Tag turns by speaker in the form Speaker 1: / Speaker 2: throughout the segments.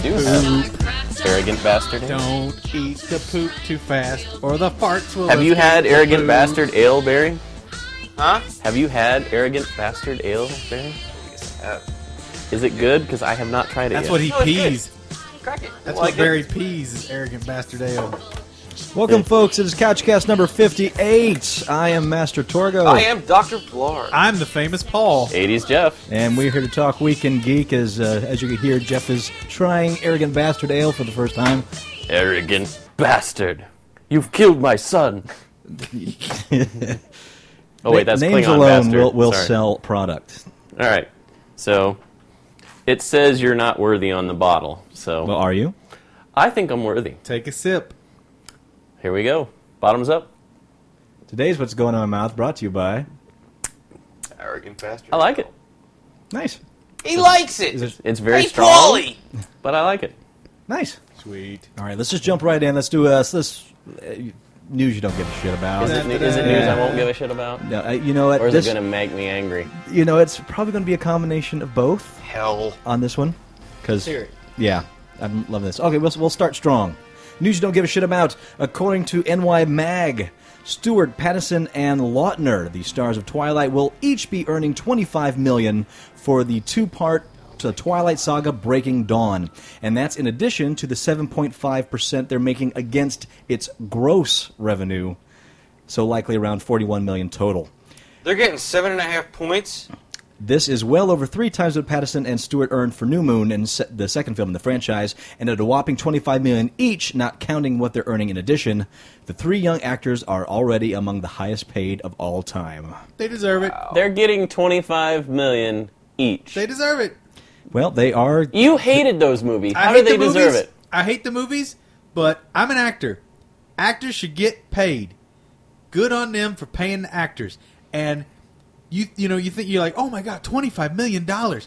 Speaker 1: Mm.
Speaker 2: Arrogant bastard. ale?
Speaker 3: Don't eat the poop too fast, or the farts will.
Speaker 2: Have you
Speaker 3: escape
Speaker 2: had
Speaker 3: the
Speaker 2: arrogant
Speaker 3: food.
Speaker 2: bastard ale, Barry?
Speaker 4: Huh?
Speaker 2: Have you had arrogant bastard ale, Barry?
Speaker 4: Uh,
Speaker 2: Is it good? Because I have not tried it
Speaker 3: That's
Speaker 2: yet.
Speaker 3: what he
Speaker 4: No, it's good.
Speaker 3: pees.
Speaker 4: crack it.
Speaker 3: That's
Speaker 4: Like
Speaker 3: what
Speaker 4: it.
Speaker 3: Barry pees is arrogant bastard ale.
Speaker 1: Welcome, folks. It is Couchcast number 58. I am Master Torgo.
Speaker 4: I am Dr. Blar.
Speaker 3: I'm the famous Paul.
Speaker 2: 80s Jeff.
Speaker 1: And we're here to talk Weekend Geek. As uh, as you can hear, Jeff is trying Arrogant Bastard Ale for the first time.
Speaker 2: Arrogant bastard. You've killed my son. oh, wait, that's
Speaker 1: Names
Speaker 2: Klingon
Speaker 1: alone
Speaker 2: bastard.
Speaker 1: will, will
Speaker 2: Sorry.
Speaker 1: sell product.
Speaker 2: All right. So, it says you're not worthy on the bottle. So,
Speaker 1: Well, are you?
Speaker 2: I think I'm worthy.
Speaker 3: Take a sip.
Speaker 2: Here we go. Bottoms up.
Speaker 1: Today's What's Going On My Mouth brought to you by.
Speaker 4: Arrogant bastard.
Speaker 2: I like it.
Speaker 1: Nice.
Speaker 4: He likes it.
Speaker 1: Is it-
Speaker 2: It's very
Speaker 4: hey,
Speaker 2: strong,
Speaker 4: Wally.
Speaker 2: but I like it.
Speaker 1: Nice.
Speaker 3: Sweet.
Speaker 1: All right, let's just jump right in. Let's do uh, this uh, news you don't give a shit about.
Speaker 2: Is it, is it news I won't give a shit about?
Speaker 1: No, uh, you know what?
Speaker 2: Or is
Speaker 1: This,
Speaker 2: it going to make me angry?
Speaker 1: You know, it's probably going to be a combination of both.
Speaker 4: Hell.
Speaker 1: on this one because
Speaker 4: Sure.
Speaker 1: yeah i'm loving this okay we'll, we'll start strong news you don't give a shit about according to ny mag stewart patterson and lautner the stars of twilight will each be earning 25 million for the two-part to twilight saga breaking dawn and that's in addition to the 7.5% they're making against its gross revenue so likely around 41 million total
Speaker 4: They're getting seven and a half points.
Speaker 1: this is well over three times what Patterson and Stewart earned for New Moon and se- the second film in the franchise, and at a whopping 25 million each, not counting what they're earning in addition. The three young actors are already among the highest paid of all time.
Speaker 3: They deserve it.
Speaker 2: They're getting 25 million each.
Speaker 3: They deserve it.
Speaker 1: Well, they are.
Speaker 2: you hated those movies.
Speaker 3: I
Speaker 2: How
Speaker 3: hate
Speaker 2: do they
Speaker 3: the
Speaker 2: deserve
Speaker 3: movies.
Speaker 2: it?
Speaker 3: I hate the movies, but I'm an actor. Actors should get paid. Good on them for paying the actors. And you you know you think you're like oh my god twenty five million dollars.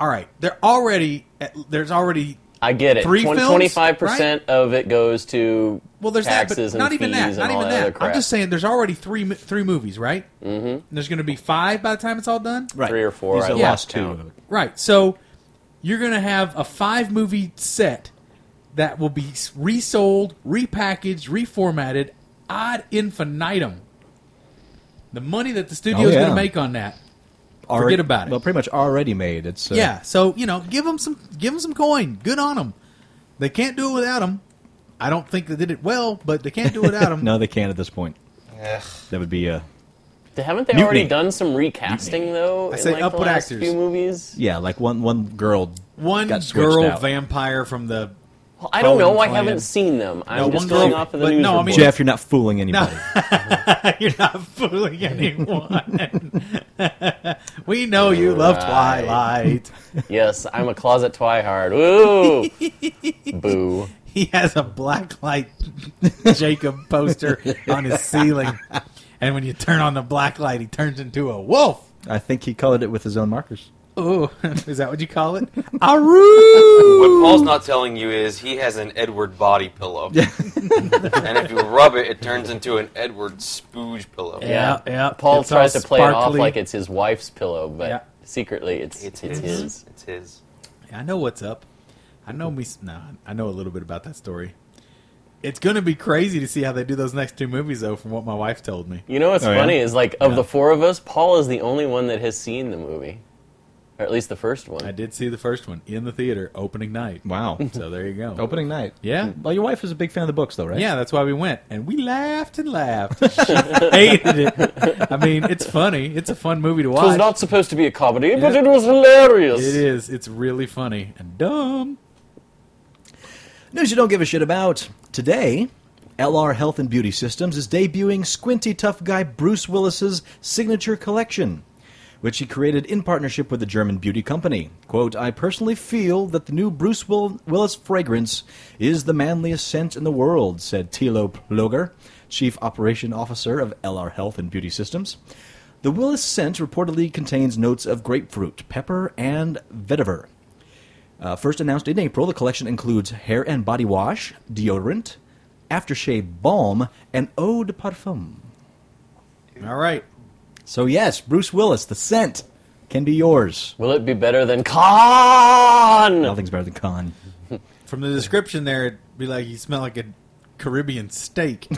Speaker 3: All right, they're already at, there's already
Speaker 2: I get it.
Speaker 3: Three films,
Speaker 2: 25 percent of it goes to
Speaker 3: well there's
Speaker 2: taxes
Speaker 3: that, but not
Speaker 2: and
Speaker 3: even
Speaker 2: fees
Speaker 3: that, not
Speaker 2: and all
Speaker 3: even
Speaker 2: that
Speaker 3: that.
Speaker 2: other crap.
Speaker 3: I'm just saying there's already three mo- three movies, right? Mm-hmm. And there's going to be five by the time it's all done,
Speaker 1: Right.
Speaker 2: Three or four,
Speaker 1: These
Speaker 2: I
Speaker 1: are
Speaker 2: lost
Speaker 1: lost two.
Speaker 2: count.
Speaker 1: of it.
Speaker 3: Right. So you're going to have a five movie set that will be s- resold, repackaged, reformatted ad infinitum. The money that the studio
Speaker 1: Oh,
Speaker 3: is going
Speaker 1: yeah.
Speaker 3: to make on that.
Speaker 1: Alre-
Speaker 3: Forget about it.
Speaker 1: Well, pretty much already made. It's uh,
Speaker 3: Yeah. So, you know, give them some give them some coin. Good on them. They can't do it without them. I don't think they did it well, but they can't do it without them.
Speaker 1: No, they can't at this point.
Speaker 4: Ugh.
Speaker 1: That would be uh,
Speaker 2: Haven't they
Speaker 1: Mutiny.
Speaker 2: already done some recasting though?
Speaker 3: I
Speaker 2: in
Speaker 3: say
Speaker 2: like
Speaker 3: up
Speaker 2: the
Speaker 3: with
Speaker 2: last
Speaker 3: actors.
Speaker 2: few movies.
Speaker 1: yeah, like one one girl.
Speaker 3: One
Speaker 1: got switched
Speaker 3: girl
Speaker 1: out.
Speaker 3: vampire from the
Speaker 2: Well, I don't
Speaker 3: Colin
Speaker 2: know. I
Speaker 3: Quinn.
Speaker 2: haven't seen them. I'm
Speaker 3: one
Speaker 2: just going
Speaker 3: girl-
Speaker 2: off of the
Speaker 3: but
Speaker 2: news
Speaker 3: no, I
Speaker 2: report.
Speaker 3: mean-
Speaker 1: Jeff, you're not fooling anybody.
Speaker 3: You're not fooling anyone. we know you love
Speaker 2: Right.
Speaker 3: Twilight.
Speaker 2: Yes, I'm a closet twihard. Ooh, boo.
Speaker 3: He has a black light Jacob poster on his ceiling. And when you turn on the black light, he turns into a wolf.
Speaker 1: I think he colored it with his own markers.
Speaker 3: Oh, is that what you call it? Aroo!
Speaker 4: What Paul's not telling you is he has an Edward body pillow. and if you rub it, it turns into an Edward spooge pillow.
Speaker 3: Yeah, yeah.
Speaker 2: Paul
Speaker 3: It's
Speaker 2: tries
Speaker 3: all
Speaker 2: to play it off
Speaker 3: sparkly.
Speaker 2: like it's his wife's pillow, but
Speaker 3: Yeah.
Speaker 2: secretly it's
Speaker 4: It's,
Speaker 2: it's,
Speaker 4: his.
Speaker 2: his.
Speaker 4: It's his.
Speaker 3: I know what's up. I know me. Nah, I know a little bit about that story. It's going to be crazy to see how they do those next two movies, though, from what my wife told me.
Speaker 2: You know what's
Speaker 1: Oh, yeah?
Speaker 2: funny is like of
Speaker 1: Yeah.
Speaker 2: the four of us, Paul is the only one that has seen the movie, or at least the first one.
Speaker 3: I did see the first one in the theater opening night.
Speaker 1: Wow.
Speaker 3: So there you go.
Speaker 1: Opening night.
Speaker 3: Yeah.
Speaker 1: Well, your wife is a big fan of the books, though, right?
Speaker 3: Yeah, that's why we went, and we laughed and laughed. She hated it. I mean, it's funny. It's a fun movie to
Speaker 2: It was
Speaker 3: watch.
Speaker 2: not supposed to be a comedy, but it was hilarious.
Speaker 3: it is. It's really funny and dumb.
Speaker 1: News you don't give a shit about. Today, LR Health and Beauty Systems is debuting squinty tough guy Bruce Willis's signature collection, which he created in partnership with the German beauty company. Quote, I personally feel that the new Bruce Will- Willis fragrance is the manliest scent in the world, said Thilo Ploger, Chief Operation Officer of LR Health and Beauty Systems. The Willis scent reportedly contains notes of grapefruit, pepper, and vetiver. Uh, first announced in April, the collection includes hair and body wash, deodorant, aftershave balm, and eau de parfum.
Speaker 3: All right.
Speaker 1: So, yes, Bruce Willis, the scent can be yours.
Speaker 2: Will it be better than Con?
Speaker 1: Nothing's better than con.
Speaker 3: From the description there, it'd be like you smell like a Caribbean steak.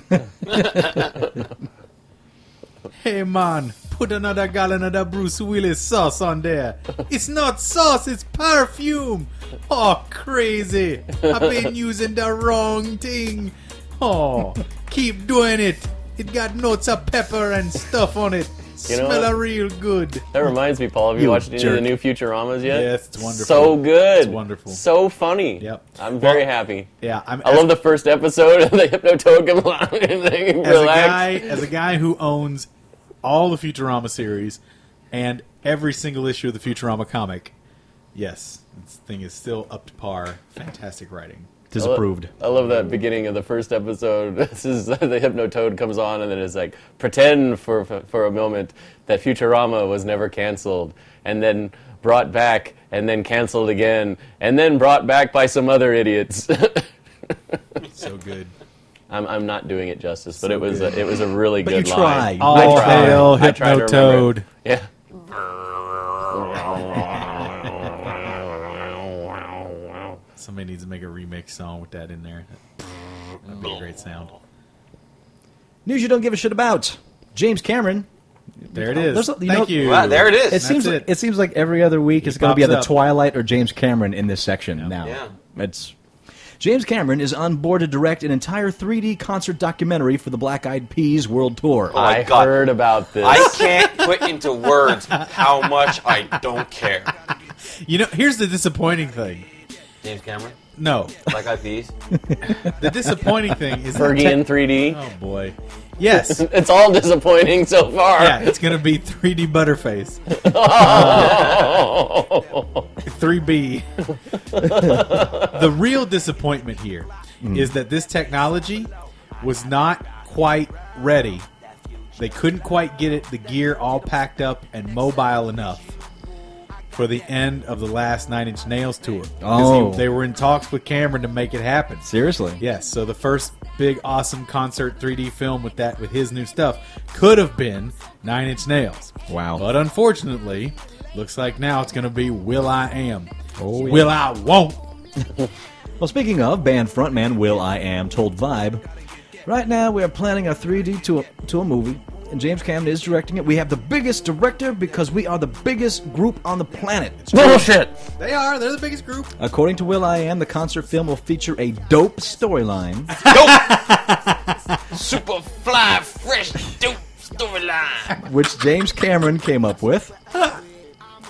Speaker 3: hey man, put another gallon of that Bruce Willis sauce on there. It's not sauce, it's perfume. Oh, crazy. I've been using the wrong thing. Oh, keep doing it. It got notes of pepper and stuff on it.
Speaker 2: You know
Speaker 3: Smell
Speaker 2: what?
Speaker 3: a real good.
Speaker 2: That reminds me, Paul. Have you,
Speaker 1: You
Speaker 2: watched any of the
Speaker 1: jerk.
Speaker 2: new Futuramas yet?
Speaker 3: Yes, it's wonderful.
Speaker 2: So good.
Speaker 3: It's wonderful.
Speaker 2: So funny.
Speaker 3: Yep.
Speaker 2: I'm very
Speaker 3: Well,
Speaker 2: happy.
Speaker 3: Yeah, I'm,
Speaker 2: I love the first episode of the Hypnotoad come along and they
Speaker 3: as a
Speaker 2: relax.
Speaker 3: guy as a guy who owns all the Futurama series and every single issue of the Futurama comic. Yes, this thing is still up to par. Fantastic writing.
Speaker 2: I lo-
Speaker 1: Disapproved.
Speaker 2: I love that beginning of the first episode. This is the Hypnotoad comes on and then it's like pretend for for a moment that Futurama was never canceled and then brought back and then canceled again and then brought back by some other idiots.
Speaker 3: So good.
Speaker 2: I'm, I'm not doing it justice, but it was
Speaker 3: good.
Speaker 2: a, it was a really
Speaker 1: But
Speaker 2: good
Speaker 1: you
Speaker 2: line.
Speaker 1: tried. All
Speaker 2: I tried.
Speaker 3: hail
Speaker 2: I tried to remember
Speaker 3: Hypnotoad.
Speaker 2: it. Yeah.
Speaker 3: Somebody needs to make a remix song with that in there. That'd be a great sound.
Speaker 1: News you don't give a shit about. James Cameron.
Speaker 3: There it is.
Speaker 1: There's a- you
Speaker 3: Thank
Speaker 1: know-
Speaker 3: you.
Speaker 4: Wow, there it is.
Speaker 1: It seems
Speaker 3: it.
Speaker 1: like, it seems like every other week it's going to be
Speaker 3: pops
Speaker 1: either
Speaker 3: up.
Speaker 1: Twilight or James Cameron in this section now.
Speaker 4: Yeah.
Speaker 1: It's James Cameron is on board to direct an entire 3D concert documentary for the Black Eyed Peas World Tour.
Speaker 4: Oh my
Speaker 2: I
Speaker 4: God.
Speaker 2: heard about this.
Speaker 4: I can't put into words how much I don't care.
Speaker 3: You know, here's the disappointing thing.
Speaker 4: James Cameron,
Speaker 3: No,
Speaker 4: Black Eyed Peas.
Speaker 3: the disappointing thing is that
Speaker 2: Fergie
Speaker 3: tech-
Speaker 2: in 3D.
Speaker 3: Oh boy. Yes.
Speaker 2: It's all disappointing so far.
Speaker 3: Yeah, it's gonna be 3D Butterface. 3B. the real disappointment here is that this technology was not quite ready. They couldn't quite get it the gear all packed up and mobile enough for the end of the last Nine Inch Nails tour. 'Cause he-
Speaker 1: Oh.
Speaker 3: they were in talks with Cameron to make it happen.
Speaker 1: Seriously?
Speaker 3: Yes, so the first big awesome concert 3D film with that with his new stuff could have been Nine Inch Nails.
Speaker 1: Wow.
Speaker 3: But unfortunately, looks like now it's going to be Will I Am.
Speaker 1: Oh, yeah.
Speaker 3: Will I Won't.
Speaker 1: Well, speaking of, band frontman Will I Am told Vibe, right now we are planning a 3D to a, to a movie, and James Cameron is directing it. We have the biggest director because we are the biggest group on the planet.
Speaker 2: Bullshit.
Speaker 3: They are. They're the biggest group.
Speaker 1: According to Will I Am, the concert film will feature a dope storyline.
Speaker 4: Super fly, fresh, dope storyline.
Speaker 1: which James Cameron came up with.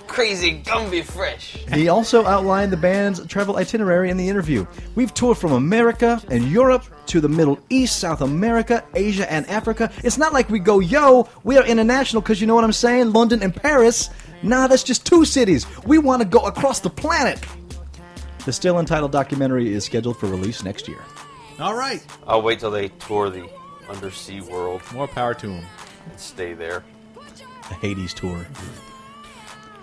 Speaker 4: Crazy Gumby fresh.
Speaker 1: He also outlined the band's travel itinerary in the interview. We've toured from America and Europe to the Middle East, South America, Asia, and Africa. It's not like we go, yo, we are international because you know what I'm saying? London and Paris. Nah, that's just two cities. We want to go across the planet. The still untitled documentary is scheduled for release next year.
Speaker 3: All right.
Speaker 4: I'll wait till they tour the undersea world
Speaker 3: More power to them.
Speaker 4: and stay there.
Speaker 1: A Hades tour.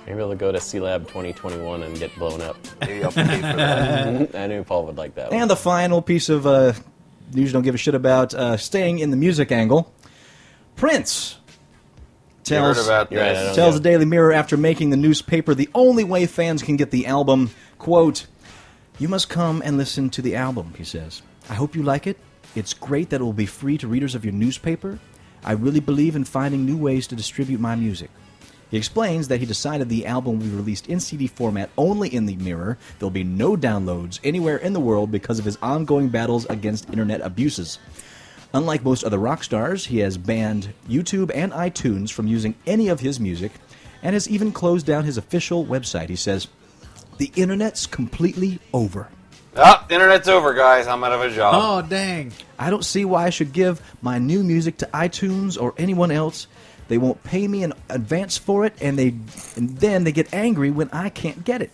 Speaker 2: Maybe I'll go to C Lab 2021 and get blown up.
Speaker 4: Maybe I'll pay for that.
Speaker 2: I knew Paul would like that. one.
Speaker 1: And the final piece of uh, news you don't give a shit about, uh, staying in the music angle. Prince
Speaker 4: You heard
Speaker 1: tells
Speaker 4: about
Speaker 2: You're right, I
Speaker 4: this.
Speaker 2: don't-
Speaker 1: tells the Daily Mirror after making the newspaper the only way fans can get the album, quote, "You must come and listen to the album," he says. "I hope you like it. It's great that it will be free to readers of your newspaper. I really believe in finding new ways to distribute my music." He explains that he decided the album will be released in CD format only in the Mirror. There'll be no downloads anywhere in the world because of his ongoing battles against internet abuses. Unlike most other rock stars, he has banned YouTube and iTunes from using any of his music and has even closed down his official website. He says, The internet's completely over.
Speaker 4: Ah, the internet's over, guys. I'm out of a job.
Speaker 3: Oh, dang.
Speaker 1: I don't see why I should give my new music to iTunes or anyone else. They won't pay me in advance for it, and they and then they get angry when I can't get it.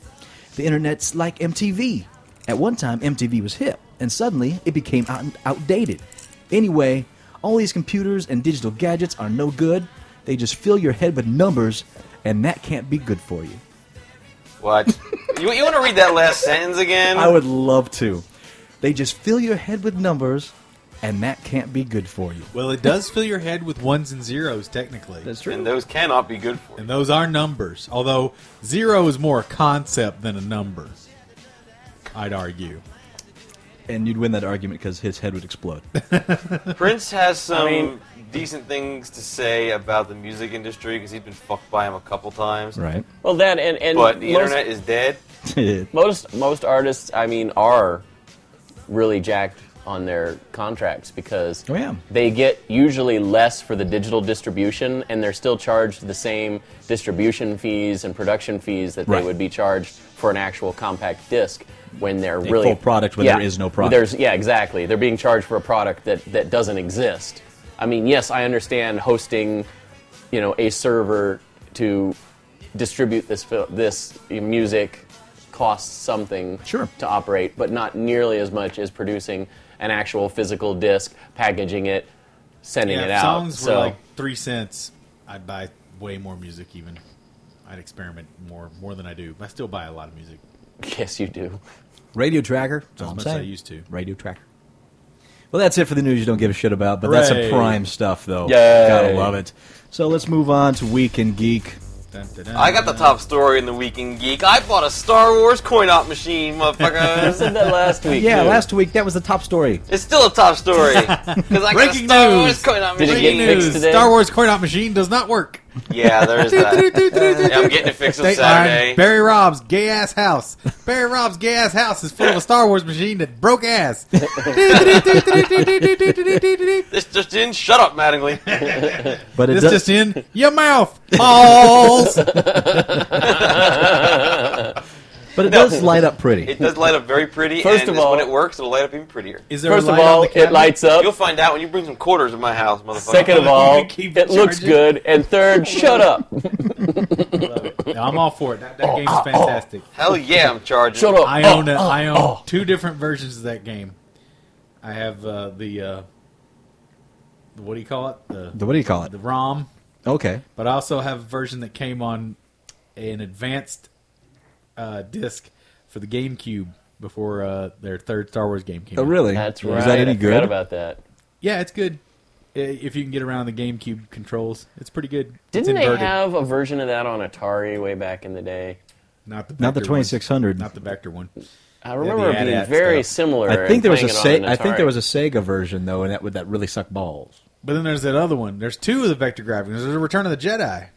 Speaker 1: The internet's like MTV. At one time, MTV was hip, and suddenly it became out- outdated. Anyway, all these computers and digital gadgets are no good. They just fill your head with numbers, and that can't be good for you.
Speaker 2: Oh.
Speaker 4: What? you you want to read that last sentence again?
Speaker 1: I would love to. They just fill your head with numbers, and that can't be good for you.
Speaker 3: Well, it does fill your head with ones and zeros, technically.
Speaker 4: And those cannot be good for you.
Speaker 3: and those are numbers, although zero is more a concept than a number. I'd argue.
Speaker 1: and you'd win that argument because his head would explode.
Speaker 4: Prince has some
Speaker 2: I mean-
Speaker 4: decent things to say about the music industry because he's been fucked by him a couple times.
Speaker 1: right?
Speaker 2: Well, that and and
Speaker 4: But the
Speaker 2: most-
Speaker 4: internet is dead.
Speaker 1: Oh,
Speaker 2: most most artists i mean are really jacked on their contracts because
Speaker 1: Oh, yeah.
Speaker 2: they get usually less for the digital distribution and they're still charged the same distribution fees and production fees that
Speaker 1: Right.
Speaker 2: they would be charged for an actual compact disc when they're
Speaker 1: A
Speaker 2: really
Speaker 1: full product when there is no product.
Speaker 2: There's yeah, exactly. They're being charged for a product that that doesn't exist. I mean, yes, I understand hosting, you know, a server to distribute this fil- this music costs something
Speaker 1: Sure.
Speaker 2: to operate, but not nearly as much as producing an actual physical disc, packaging it, sending
Speaker 3: Yeah,
Speaker 2: it
Speaker 3: if
Speaker 2: out.
Speaker 3: songs
Speaker 2: so
Speaker 3: were like three cents, I'd buy way more music. Even I'd experiment more more than I do. I still buy a lot of music.
Speaker 2: yes, you do.
Speaker 1: Radio Tracker. That's
Speaker 3: As
Speaker 1: all I'm
Speaker 3: much as I
Speaker 1: saying.
Speaker 3: used to.
Speaker 1: Radio Tracker. Well, that's it for the news you don't give a shit about, but that's some
Speaker 3: Hooray.
Speaker 1: prime stuff, though.
Speaker 2: Yay.
Speaker 1: Gotta love it. So let's move on to Week in Geek.
Speaker 3: Dun, dun, dun.
Speaker 4: I got the top story in the Weekend Geek. I bought a Star Wars coin op machine,
Speaker 2: I
Speaker 4: motherfuckers.
Speaker 2: said that last week.
Speaker 1: Yeah,
Speaker 2: too.
Speaker 1: last week that was the top story.
Speaker 4: it's still a top story because I got a
Speaker 3: Breaking
Speaker 4: Star
Speaker 3: news.
Speaker 4: Wars coin op
Speaker 2: Did it
Speaker 4: machine.
Speaker 2: get fixed today?
Speaker 3: Star Wars coin op machine does not work.
Speaker 4: Yeah, there's that. Yeah, I'm getting it fixed on
Speaker 3: State line,
Speaker 4: Saturday.
Speaker 3: Barry Rob's gay ass house. Barry Rob's gay ass house is full of a Star Wars machine that broke ass. this
Speaker 4: This just in. Shut up, Mattingly.
Speaker 1: But it does,
Speaker 3: just in your mouth. Balls.
Speaker 1: but it does light up pretty.
Speaker 4: It does light up very pretty.
Speaker 2: First
Speaker 4: and
Speaker 2: of
Speaker 4: this-
Speaker 2: all-
Speaker 4: when it works, it'll light up even prettier.
Speaker 3: Is there a
Speaker 2: First of
Speaker 3: light on
Speaker 2: all,
Speaker 3: the
Speaker 2: it
Speaker 3: cabinet?
Speaker 2: lights up.
Speaker 4: You'll find out when you bring some quarters in my house, motherfucker.
Speaker 2: Second of all,
Speaker 3: You keep
Speaker 2: it looks
Speaker 3: charging.
Speaker 2: good. And third, shut up.
Speaker 3: No, I'm all for it. That, that game's fantastic.
Speaker 4: hell yeah, I'm charging.
Speaker 2: Shut up.
Speaker 3: I
Speaker 2: Oh,
Speaker 3: own a,
Speaker 2: oh,
Speaker 3: I own
Speaker 2: oh.
Speaker 3: two different versions of that game. I have uh, the uh, what do you call it? The
Speaker 1: The- What do you call it?
Speaker 3: the ROM,
Speaker 1: Okay.
Speaker 3: but I also have a version that came on an advanced uh, disc for the GameCube before uh, their third Star Wars game came.
Speaker 1: Oh,
Speaker 3: out.
Speaker 1: really?
Speaker 2: That's right.
Speaker 1: Was that any
Speaker 2: I
Speaker 1: good?
Speaker 2: Forgot about that.
Speaker 3: Yeah, it's good. I- If you can get around the GameCube controls, it's pretty good. it's
Speaker 2: Didn't they
Speaker 3: inverted.
Speaker 2: have a version of that on Atari way back in the day?
Speaker 3: not the
Speaker 1: Not the
Speaker 3: Vector one.
Speaker 1: 2600.
Speaker 3: Not the Vector one.
Speaker 2: I remember it being
Speaker 3: AT-AT
Speaker 2: very
Speaker 3: stuff.
Speaker 2: similar.
Speaker 1: I think
Speaker 2: and
Speaker 1: there was a
Speaker 2: playing it on an
Speaker 1: Se- I think
Speaker 2: Atari.
Speaker 1: there was a Sega version though, and that would that really sucked balls.
Speaker 3: But then there's that other one. There's two of the Vector graphics. There's a Return of the Jedi.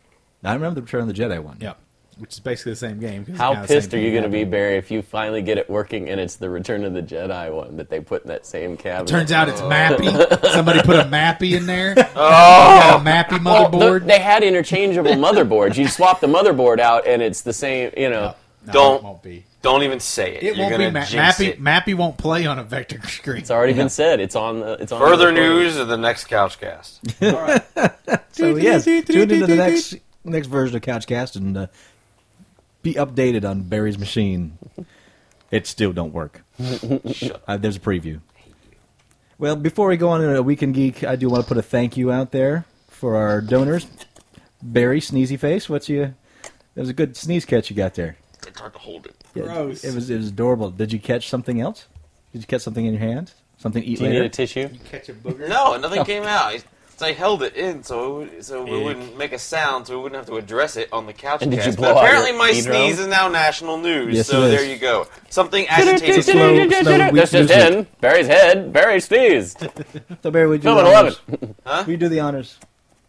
Speaker 1: I remember the Return of the Jedi one.
Speaker 3: Yep. Which is basically the same game. 'cause it's
Speaker 2: How
Speaker 3: kinda the same
Speaker 2: pissed are you
Speaker 3: thing
Speaker 2: going to be,
Speaker 3: happening.
Speaker 2: Barry, if you finally get it working and it's the Return of the Jedi one that they put in that same cabinet?
Speaker 3: Turns out it's Mappy. Somebody put a Mappy in there. Oh, a Mappy
Speaker 2: Well, Oh, the-
Speaker 3: motherboard.
Speaker 2: they had interchangeable motherboards. You swap the motherboard out, and it's the same. You know,
Speaker 3: No,
Speaker 4: Don't.
Speaker 3: It won't be.
Speaker 4: Don't even say it.
Speaker 3: It won't
Speaker 4: You're gonna
Speaker 3: be Ma-
Speaker 4: jinx
Speaker 3: Mappy.
Speaker 4: it.
Speaker 3: Mappy won't play on a Vector screen.
Speaker 2: it's already been said. It's on the. It's on the
Speaker 4: Further
Speaker 2: recording.
Speaker 4: news of the next Couchcast.
Speaker 1: So yes, tune into the next next version of Couchcast and uh, be updated on Barry's machine. It still don't work. uh, there's a preview. Well, before we go on to Weekend Geek, I do want to put a thank you out there for our donors. Barry, sneezy face, what's you? That was a good sneeze catch you got there.
Speaker 4: It's hard to hold it.
Speaker 1: Yeah,
Speaker 3: Gross.
Speaker 1: It was it was adorable. Did you catch something else? Did you catch something in your hand? Something to eat
Speaker 2: Do you
Speaker 1: later?
Speaker 2: need a tissue?
Speaker 3: Catch a booger.
Speaker 4: No, nothing came out. I- I held it in so it would, so it wouldn't make a sound, so we wouldn't have to address it on the couch.
Speaker 2: And did you
Speaker 4: cast.
Speaker 2: blow
Speaker 4: But
Speaker 2: out
Speaker 4: apparently,
Speaker 2: your
Speaker 4: my
Speaker 2: eardrum?
Speaker 4: sneeze is now national news.
Speaker 1: Yes,
Speaker 4: so
Speaker 1: it
Speaker 4: there
Speaker 1: is.
Speaker 4: you go. Something agitated me.
Speaker 1: slow- slow
Speaker 2: This
Speaker 1: weak
Speaker 2: is
Speaker 1: music.
Speaker 2: in Barry's head. Barry sneezed.
Speaker 1: so Barry, we do
Speaker 2: Film
Speaker 1: the
Speaker 2: at eleven.
Speaker 1: honors. We do the honors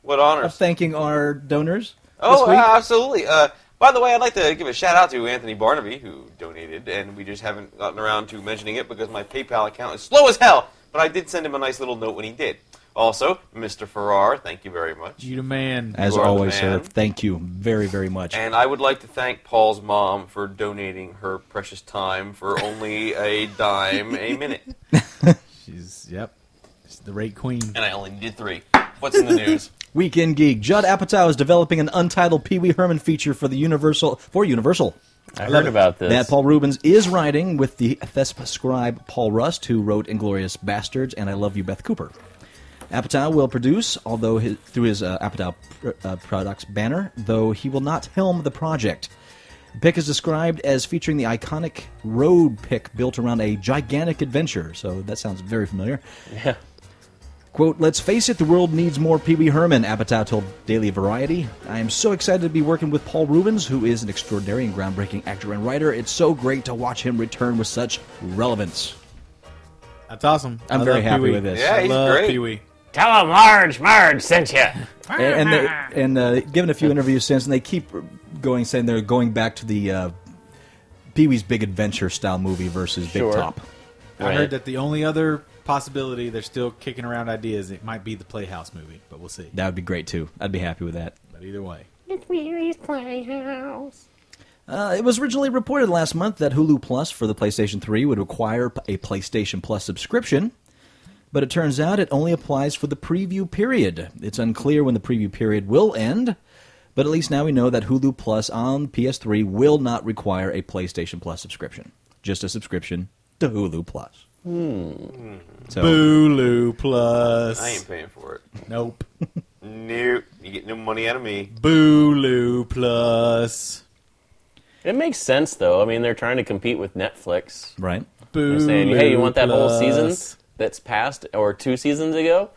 Speaker 4: What
Speaker 1: of
Speaker 4: honors?
Speaker 1: thanking our donors.
Speaker 4: Oh,
Speaker 1: this week.
Speaker 4: uh, absolutely. Uh, by the way, I'd like to give a shout out to Anthony Barnaby who donated, and we just haven't gotten around to mentioning it because my PayPal account is slow as hell. But I did send him a nice little note when he did. Also, Mr. Farrar, thank you very much.
Speaker 3: You the man.
Speaker 1: As
Speaker 4: You are the
Speaker 1: always, sir,
Speaker 4: man.
Speaker 1: thank you very, very much.
Speaker 4: And I would like to thank Paul's mom for donating her precious time for only a dime a minute.
Speaker 3: She's yep. She's the rate queen.
Speaker 4: And I only did three. What's in the news?
Speaker 1: Weekend Geek. Judd Apatow is developing an untitled Pee Wee Herman feature for the Universal for Universal.
Speaker 2: I heard about this.
Speaker 1: That Paul Rubens is writing with the Thesp scribe Paul Rust, who wrote *Inglorious Bastards* and *I Love You, Beth Cooper*. Apatow will produce, although his, through his uh, Apatow pr- uh, Products banner, though he will not helm the project. The pick is described as featuring the iconic road pick built around a gigantic adventure, so that sounds very familiar.
Speaker 2: Yeah.
Speaker 1: Quote, let's face it, the world needs more Pee Wee Herman, Apatow told Daily Variety. I am so excited to be working with Paul Rubens, who is an extraordinary and groundbreaking actor and writer. It's so great to watch him return with such relevance.
Speaker 3: That's awesome.
Speaker 1: I'm
Speaker 3: I
Speaker 1: very
Speaker 3: love
Speaker 1: happy
Speaker 3: Pee-wee.
Speaker 1: with this.
Speaker 4: Yeah,
Speaker 3: I
Speaker 4: he's
Speaker 3: love
Speaker 4: great.
Speaker 3: Pee Wee.
Speaker 2: Tell him Large Marge sent you.
Speaker 1: and and, they, and uh, given a few interviews since, and they keep going saying they're going back to the uh, Pee Wee's Big Adventure style movie versus
Speaker 2: Sure.
Speaker 1: Big Top.
Speaker 3: I
Speaker 2: Right.
Speaker 3: heard that the only other possibility they're still kicking around ideas it might be the Playhouse movie, but we'll see.
Speaker 1: That would be great too. I'd be happy with that.
Speaker 3: But either way,
Speaker 5: It's Mary's Playhouse.
Speaker 1: Uh, it was originally reported last month that Hulu Plus for the PlayStation 3 would require p- a PlayStation Plus subscription, but it turns out it only applies for the preview period. It's unclear when the preview period will end, but at least now we know that Hulu Plus on PS3 will not require a PlayStation Plus subscription, just a subscription to Hulu Plus. So,
Speaker 3: Bulu Plus.
Speaker 4: I ain't paying for it.
Speaker 3: Nope.
Speaker 4: Nope. You get no money out of me.
Speaker 3: Bulu Plus.
Speaker 2: It makes sense though. I mean, they're trying to compete with Netflix.
Speaker 1: right?
Speaker 3: Bulu
Speaker 2: They're saying, "Hey, you want that whole season
Speaker 3: Plus.
Speaker 2: that's passed or two seasons ago?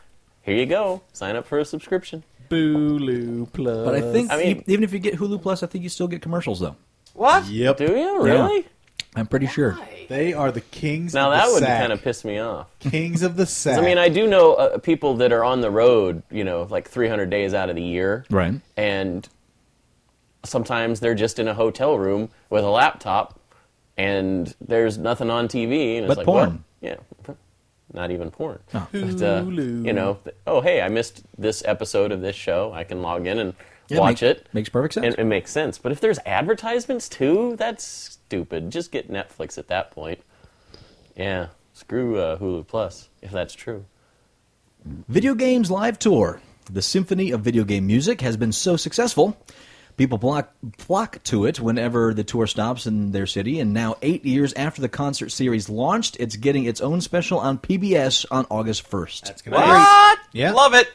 Speaker 2: Here you go. Sign up for a subscription."
Speaker 3: Bulu Plus.
Speaker 1: But I think
Speaker 2: Uh, I mean-
Speaker 1: e- even if you get Hulu Plus, I think you still get commercials though.
Speaker 4: What?
Speaker 3: Yep.
Speaker 2: Do you really?
Speaker 1: I'm pretty sure.
Speaker 3: They are the kings
Speaker 2: Now
Speaker 3: of
Speaker 2: that
Speaker 3: the
Speaker 2: would
Speaker 3: sack.
Speaker 2: kind of piss me off.
Speaker 3: Kings of the sack.
Speaker 2: I mean, I do know uh, people that are on the road, you know, like 300 days out of the year.
Speaker 1: Right.
Speaker 2: And sometimes they're just in a hotel room with a laptop and there's nothing on TV. And it's
Speaker 1: But
Speaker 2: like,
Speaker 1: porn.
Speaker 2: What? Yeah. Not even porn.
Speaker 1: Oh.
Speaker 2: But, uh,
Speaker 3: Hulu.
Speaker 2: you know, th- oh, hey, I missed this episode of this show. I can log in and
Speaker 1: Yeah,
Speaker 2: watch
Speaker 1: make-
Speaker 2: it.
Speaker 1: makes perfect sense.
Speaker 2: And it makes sense. But if there's advertisements too, that's stupid. Just get Netflix at that point. Yeah. Screw uh, Hulu Plus, if that's true.
Speaker 1: Video Games Live Tour. The symphony of video game music has been so successful. People block, flock to it whenever the tour stops in their city, and now, eight years after the concert series launched, it's getting its own special on PBS on August 1st.
Speaker 3: That's gonna be-
Speaker 4: What?
Speaker 3: Yeah.
Speaker 4: Love it.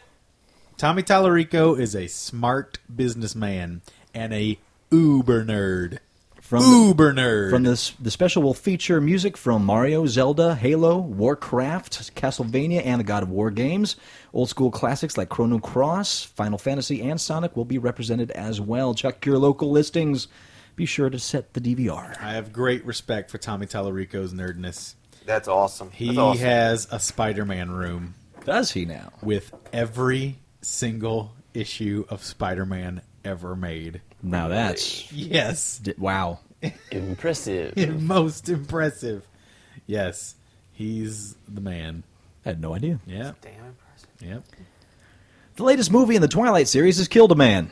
Speaker 3: Tommy Tallarico is a smart businessman and a uber nerd.
Speaker 1: From
Speaker 3: uber nerd.
Speaker 1: The, from this, the special will feature music from Mario, Zelda, Halo, Warcraft, Castlevania, and the God of War games. Old school classics like Chrono Cross, Final Fantasy, and Sonic will be represented as well. Check your local listings. Be sure to set the DVR.
Speaker 3: I have great respect for Tommy Tallarico's nerdness.
Speaker 4: That's awesome.
Speaker 3: He
Speaker 4: That's awesome.
Speaker 3: has a Spider-Man room
Speaker 1: Does he now?
Speaker 3: with every single issue of Spider-Man ever made.
Speaker 1: Now that's
Speaker 3: Yes,
Speaker 1: d- wow.
Speaker 2: Impressive.
Speaker 3: most impressive. Yes, he's the man.
Speaker 1: I had no idea.
Speaker 3: Yeah,
Speaker 4: Damn impressive.
Speaker 3: yep.
Speaker 1: The latest movie in the Twilight series is Killed a Man.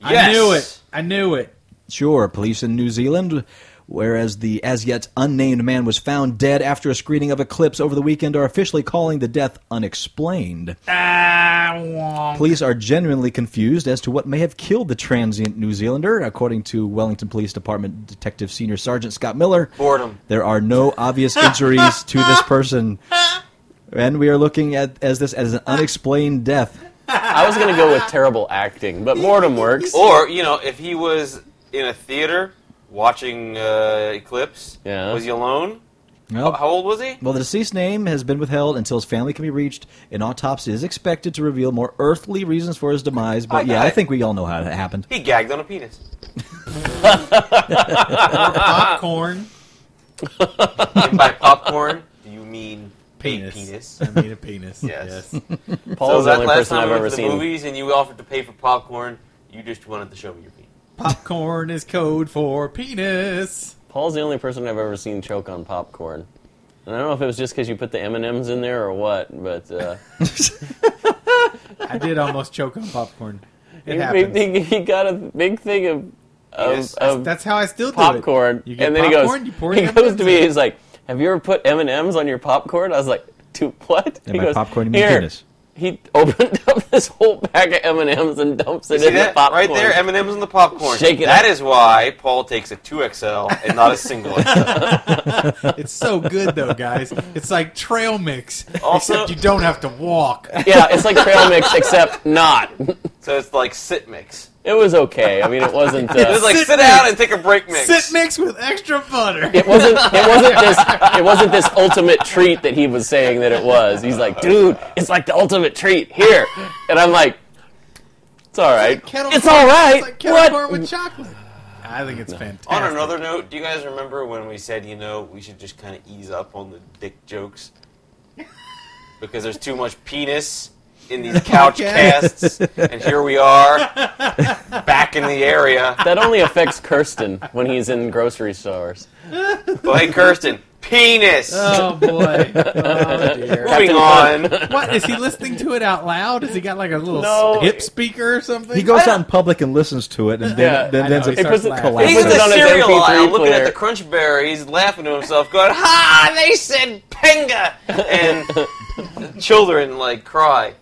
Speaker 3: I
Speaker 4: Yes!
Speaker 3: knew it. I knew it.
Speaker 1: Sure, police in New Zealand, whereas the as yet unnamed man was found dead after a screening of Eclipse over the weekend, are officially calling the death unexplained. Police are genuinely confused as to what may have killed the transient New Zealander, according to Wellington Police Department Detective Senior Sergeant Scott Miller.
Speaker 4: Boredom.
Speaker 1: There are no obvious injuries to this person. And we are looking at as this as an unexplained death.
Speaker 2: I was going to go with terrible acting, but Mortem works.
Speaker 4: Or you know, if he was in a theater watching uh, Eclipse,
Speaker 2: Yeah.
Speaker 4: was he alone?
Speaker 1: Well,
Speaker 4: How old was he?
Speaker 1: well, the deceased name has been withheld until his family can be reached. An autopsy is expected to reveal more earthly reasons for his demise. But
Speaker 4: I-
Speaker 1: yeah,
Speaker 4: I-
Speaker 1: I think we all know how it happened.
Speaker 4: He gagged on a penis.
Speaker 3: Popcorn
Speaker 4: And by popcorn, do you mean
Speaker 3: penis.
Speaker 4: a penis?
Speaker 3: I mean a penis.
Speaker 4: Yes.
Speaker 3: yes.
Speaker 2: Paul's
Speaker 4: that
Speaker 2: the only
Speaker 4: last
Speaker 2: person I've
Speaker 4: time we went
Speaker 2: ever
Speaker 4: to the
Speaker 2: seen.
Speaker 4: movies and you offered to pay for popcorn, you just wanted to show me your penis.
Speaker 3: Popcorn is code for penis.
Speaker 2: Paul's the only person I've ever seen choke on popcorn. And I don't know if it was just because you put the M and M's in there or what, but uh,
Speaker 3: I did almost choke on popcorn. It
Speaker 2: he,
Speaker 3: happens.
Speaker 2: he- he got a big thing of of,
Speaker 4: Yes,
Speaker 2: of
Speaker 3: That's how I still do
Speaker 2: popcorn,
Speaker 3: it. You get
Speaker 2: and then
Speaker 3: popcorn,
Speaker 2: he
Speaker 3: you pour
Speaker 2: goes, he
Speaker 3: the
Speaker 2: goes to me,
Speaker 3: M&Ms in.
Speaker 2: he's like, "Have you ever put M and M's on your popcorn?" I was like, "To what?"
Speaker 1: And
Speaker 2: he
Speaker 1: by
Speaker 2: goes,
Speaker 1: popcorn, you mean
Speaker 2: Here.
Speaker 1: penis.
Speaker 2: He opened up this whole pack of M and M's and dumps it
Speaker 4: See
Speaker 2: in the
Speaker 4: that
Speaker 2: popcorn.
Speaker 4: right there? M and M's in the popcorn.
Speaker 2: Shake it
Speaker 4: That
Speaker 2: up.
Speaker 4: is why Paul takes a two XL and not a single XL.
Speaker 3: It's so good though, guys. It's like trail mix,
Speaker 4: Also-
Speaker 3: except you don't have to walk.
Speaker 2: yeah, it's like trail mix except not.
Speaker 4: so it's like sit mix.
Speaker 2: It was okay. I mean, it wasn't. Uh,
Speaker 4: It was like
Speaker 3: Sit
Speaker 4: sit,
Speaker 3: mix.
Speaker 4: down and take a break mix.
Speaker 3: Sit mix with extra butter.
Speaker 2: it wasn't. It wasn't this. It wasn't this ultimate treat that he was saying that it was. He's like, dude, it's like the ultimate treat here, and I'm like, it's all right.
Speaker 3: Kettle
Speaker 2: It's
Speaker 3: corn-
Speaker 2: all right.
Speaker 3: It's like kettle corn
Speaker 2: What?
Speaker 3: with chocolate. I think it's fantastic.
Speaker 4: On another note, do you guys remember when we said, you know, we should just kind of ease up on the dick jokes? Because there's too much penis in these couch
Speaker 3: Podcast.
Speaker 4: casts, and here we are, back in the area.
Speaker 2: That only affects Kirsten when he's in grocery stores.
Speaker 4: Well, hey, Kirsten, penis!
Speaker 3: Oh boy! Oh dear!
Speaker 4: Moving on.
Speaker 3: What is he listening to it out loud? Has he got like a little
Speaker 2: No.
Speaker 3: hip speaker or something?
Speaker 1: He goes
Speaker 4: I-
Speaker 1: out in public and listens to it, and then
Speaker 2: Yeah,
Speaker 1: then,
Speaker 3: I
Speaker 1: then
Speaker 3: know,
Speaker 1: ends
Speaker 3: he
Speaker 1: up
Speaker 2: It
Speaker 3: starts
Speaker 2: was, it
Speaker 3: laughing.
Speaker 2: was
Speaker 4: He's in
Speaker 2: on
Speaker 4: the
Speaker 2: his
Speaker 4: cereal aisle
Speaker 2: MP3
Speaker 4: looking at the
Speaker 2: player.
Speaker 4: crunch berries, laughing to himself, going, Ha! They said penga! And children, like, cry.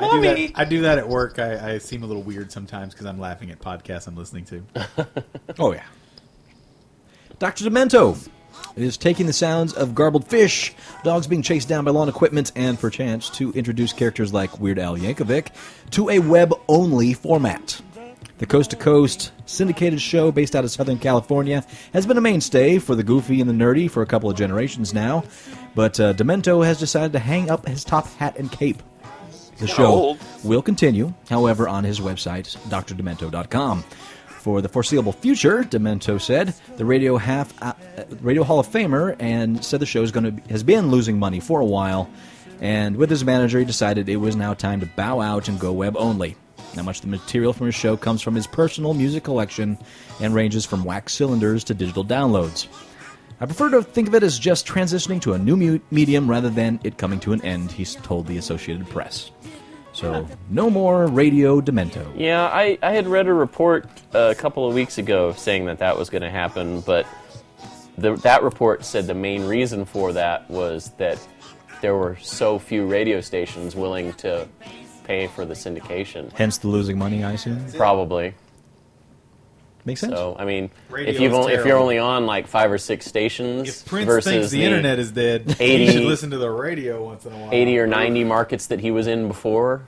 Speaker 3: I do,
Speaker 4: Mommy.
Speaker 3: that, I do that at work. I, I seem a little weird sometimes because I'm laughing at podcasts I'm listening to.
Speaker 1: Oh yeah. Dr. Demento is taking the sounds of garbled fish, dogs being chased down by lawn equipment, and perchance to introduce characters like Weird Al Yankovic to a web-only format. The coast to coast syndicated show based out of Southern California has been a mainstay for the goofy and the nerdy for a couple of generations now, but uh, Demento has decided to hang up his top hat and cape. The show
Speaker 4: old.
Speaker 1: will continue, however, on his website, drdemento.com. For the foreseeable future, Demento said the Radio Half uh, Radio Hall of Famer and said the show is going to has been losing money for a while, and with his manager, he decided it was now time to bow out and go web only. Now, much of the material from his show comes from his personal music collection and ranges from wax cylinders to digital downloads. I prefer to think of it as just transitioning to a new mu- medium rather than it coming to an end, he's told the Associated Press. So, no more Radio Demento.
Speaker 2: Yeah, I, I had read a report uh, a couple of weeks ago saying that that was going to happen, but the, that report said the main reason for that was that there were so few radio stations willing to pay for the syndication.
Speaker 1: Hence the losing money, I assume.
Speaker 2: Probably.
Speaker 1: Makes sense?
Speaker 2: So I mean, if
Speaker 3: Radio
Speaker 2: you've
Speaker 3: is
Speaker 2: only, if you're
Speaker 3: terrible.
Speaker 2: only on like five or six stations
Speaker 3: If Prince
Speaker 2: versus
Speaker 3: thinks the, internet is dead,
Speaker 2: 80
Speaker 3: he should listen to the radio once in a while.
Speaker 2: eighty or ninety markets that he was in before.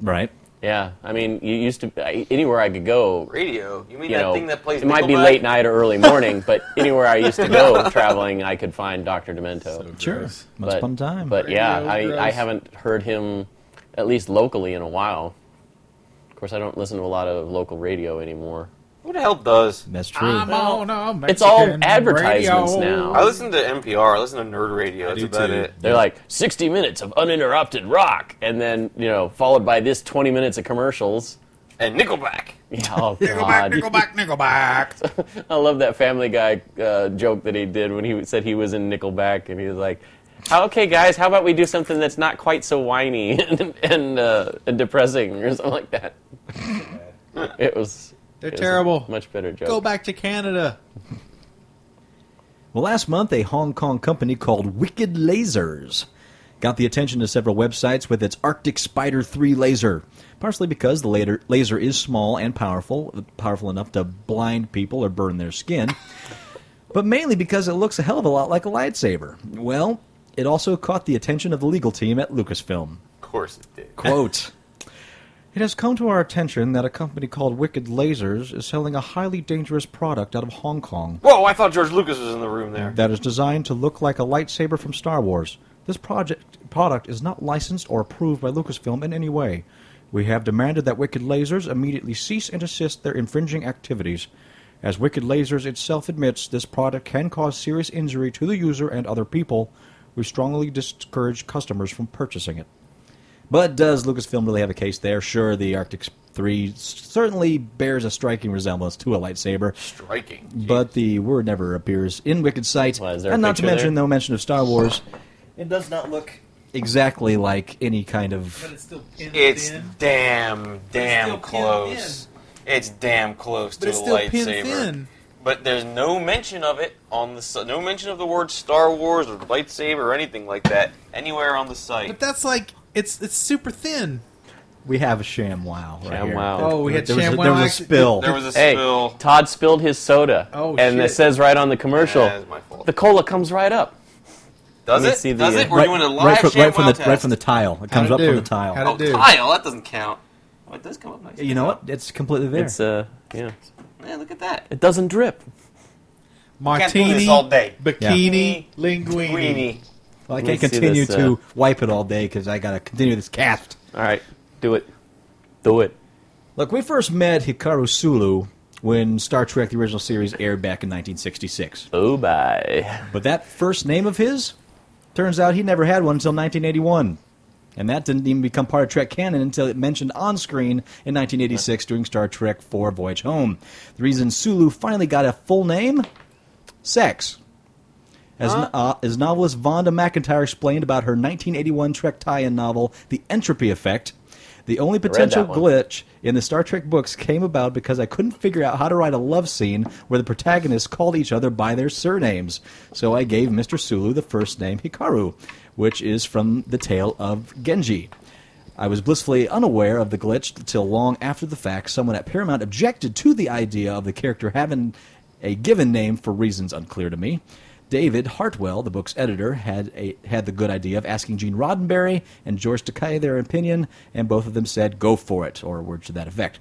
Speaker 1: Right.
Speaker 2: Yeah, I mean, you used to I- anywhere I could go,
Speaker 4: Radio? You mean
Speaker 2: you
Speaker 4: that
Speaker 2: know,
Speaker 4: thing that plays
Speaker 2: it might be
Speaker 4: Nickelback?
Speaker 2: late night or early morning, but anywhere I used to go traveling, I could find Doctor Demento.
Speaker 1: Sure.
Speaker 3: Gross.
Speaker 1: Once
Speaker 2: but,
Speaker 1: upon a time.
Speaker 2: But yeah,
Speaker 3: Radio
Speaker 2: I, I
Speaker 3: gross.
Speaker 2: haven't heard him at least locally in a while. Of course, I don't listen to a lot of local radio anymore.
Speaker 4: Who the hell does?
Speaker 1: That's true.
Speaker 3: I'm on a Mexican
Speaker 2: It's all advertisements
Speaker 3: radio.
Speaker 2: now.
Speaker 4: I listen to NPR. I listen to Nerd Radio. That's
Speaker 3: do
Speaker 4: about
Speaker 3: too.
Speaker 4: it.
Speaker 2: They're like 60 minutes of uninterrupted rock, and then you know, followed by this 20 minutes of commercials.
Speaker 4: And Nickelback.
Speaker 2: Yeah, oh
Speaker 3: Nickelback,
Speaker 2: God!
Speaker 3: Nickelback, Nickelback.
Speaker 2: I love that Family Guy uh, joke that he did when he said he was in Nickelback, and he was like, "Okay, guys, how about we do something that's not quite so whiny and and, uh, and depressing or something like that." it was.
Speaker 3: They're
Speaker 2: it was a
Speaker 3: terrible.
Speaker 2: Much better joke.
Speaker 3: Go back to Canada.
Speaker 1: Well, last month, a Hong Kong company called Wicked Lasers got the attention of several websites with its Arctic Spider 3 laser, partially because the later laser is small and powerful, powerful enough to blind people or burn their skin, but mainly because it looks a hell of a lot like a lightsaber. Well, it also caught the attention of the legal team at Lucasfilm.
Speaker 4: Of course it did.
Speaker 1: Quote. It has come to our attention that a company called Wicked Lasers is selling a highly dangerous product out of Hong Kong
Speaker 4: Whoa, I thought George Lucas was in the room there.
Speaker 1: that is designed to look like a lightsaber from Star Wars. This project product is not licensed or approved by Lucasfilm in any way. We have demanded that Wicked Lasers immediately cease and desist their infringing activities. As Wicked Lasers itself admits, this product can cause serious injury to the user and other people. We strongly discourage customers from purchasing it. But does Lucasfilm really have a case there? Sure, the Arctic 3 certainly bears a striking resemblance to a lightsaber,
Speaker 4: Striking.
Speaker 1: but the word never appears in Wicked Sight,
Speaker 2: Why, is there a
Speaker 1: and not to
Speaker 2: picture
Speaker 1: mention
Speaker 2: there?
Speaker 1: no mention of Star Wars.
Speaker 6: It does not look.
Speaker 1: Exactly like any kind of
Speaker 3: it's still pinned
Speaker 4: It's damn, damn
Speaker 3: still
Speaker 4: close. It's damn close
Speaker 3: But
Speaker 4: to
Speaker 3: it's
Speaker 4: a
Speaker 3: still pinned
Speaker 4: lightsaber.
Speaker 3: thin.
Speaker 4: But there's no mention of it on the si- no mention of the word Star Wars or lightsaber or anything like that anywhere on the
Speaker 3: But
Speaker 4: site.
Speaker 3: that's like it's it's super thin.
Speaker 1: we have a sham wow. Right
Speaker 2: Sham
Speaker 1: here.
Speaker 2: wow.
Speaker 3: Oh, we had
Speaker 1: there was, a,
Speaker 3: ShamWow
Speaker 1: there was a
Speaker 3: accident.
Speaker 1: spill.
Speaker 4: There was a
Speaker 2: Hey,
Speaker 4: spill.
Speaker 2: Todd spilled his soda,
Speaker 3: Oh,
Speaker 2: and
Speaker 3: shit.
Speaker 2: it says right on the commercial,
Speaker 4: Yeah, that's my fault.
Speaker 2: the cola comes right up.
Speaker 4: Does
Speaker 2: let me
Speaker 4: it?
Speaker 2: see the,
Speaker 4: Does
Speaker 2: uh,
Speaker 4: it? We're doing a live
Speaker 1: right, from, right
Speaker 4: ShamWow
Speaker 1: from the
Speaker 4: test.
Speaker 1: right from the tile. It comes
Speaker 3: How'd
Speaker 1: up
Speaker 3: it
Speaker 1: from
Speaker 3: do?
Speaker 1: the tile.
Speaker 3: How'd
Speaker 4: oh,
Speaker 3: it do?
Speaker 4: tile. That doesn't count. Oh, it does come up nice.
Speaker 1: You know what? It's completely there.
Speaker 2: It's uh, yeah,
Speaker 4: Man, look at that.
Speaker 2: it doesn't drip.
Speaker 4: Can't do
Speaker 3: Martini,
Speaker 4: this all day.
Speaker 3: bikini, linguini.
Speaker 4: Greeny.
Speaker 1: well, I
Speaker 2: Let's
Speaker 1: can't
Speaker 2: see
Speaker 1: continue
Speaker 2: this,
Speaker 1: to
Speaker 2: uh,
Speaker 1: wipe it all day because I got to continue this cast.
Speaker 2: All right, do it, do it.
Speaker 1: Look, we first met Hikaru Sulu when Star Trek: The Original Series aired back in 1966.
Speaker 2: Oh bye.
Speaker 1: But that first name of his, turns out he never had one until 1981. And that didn't even become part of Trek canon until it mentioned on screen in 1986 during Star Trek IV Voyage Home. The reason Sulu finally got a full name? Sex. As, uh, as novelist Vonda McIntyre explained about her 1981 Trek tie-in novel, The Entropy Effect, the only potential
Speaker 2: one.
Speaker 1: glitch in the Star Trek books came about because I couldn't figure out how to write a love scene where the protagonists called each other by their surnames. So I gave Mr. Sulu the first name Hikaru, which is from the tale of Genji. I was blissfully unaware of the glitch till long after the fact. Someone at Paramount objected to the idea of the character having a given name for reasons unclear to me. David Hartwell, the book's editor, had a, had the good idea of asking Gene Roddenberry and George Takei their opinion, and both of them said, "Go for it," or a word to that effect.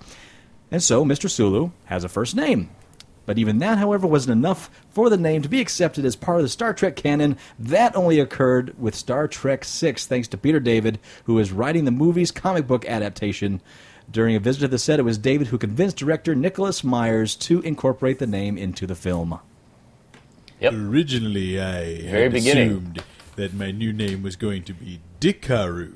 Speaker 1: And so, Mr. Sulu has a first name. But even that, however, wasn't enough for the name to be accepted as part of the Star Trek canon. That only occurred with Star Trek VI, thanks to Peter David, who is writing the movie's comic book adaptation. During a visit to the set, it was David who convinced director Nicholas Myers to incorporate the name into the film.
Speaker 2: Yep.
Speaker 3: Originally, I
Speaker 2: Very
Speaker 3: had
Speaker 2: beginning.
Speaker 3: assumed that my new name was going to be Dikaru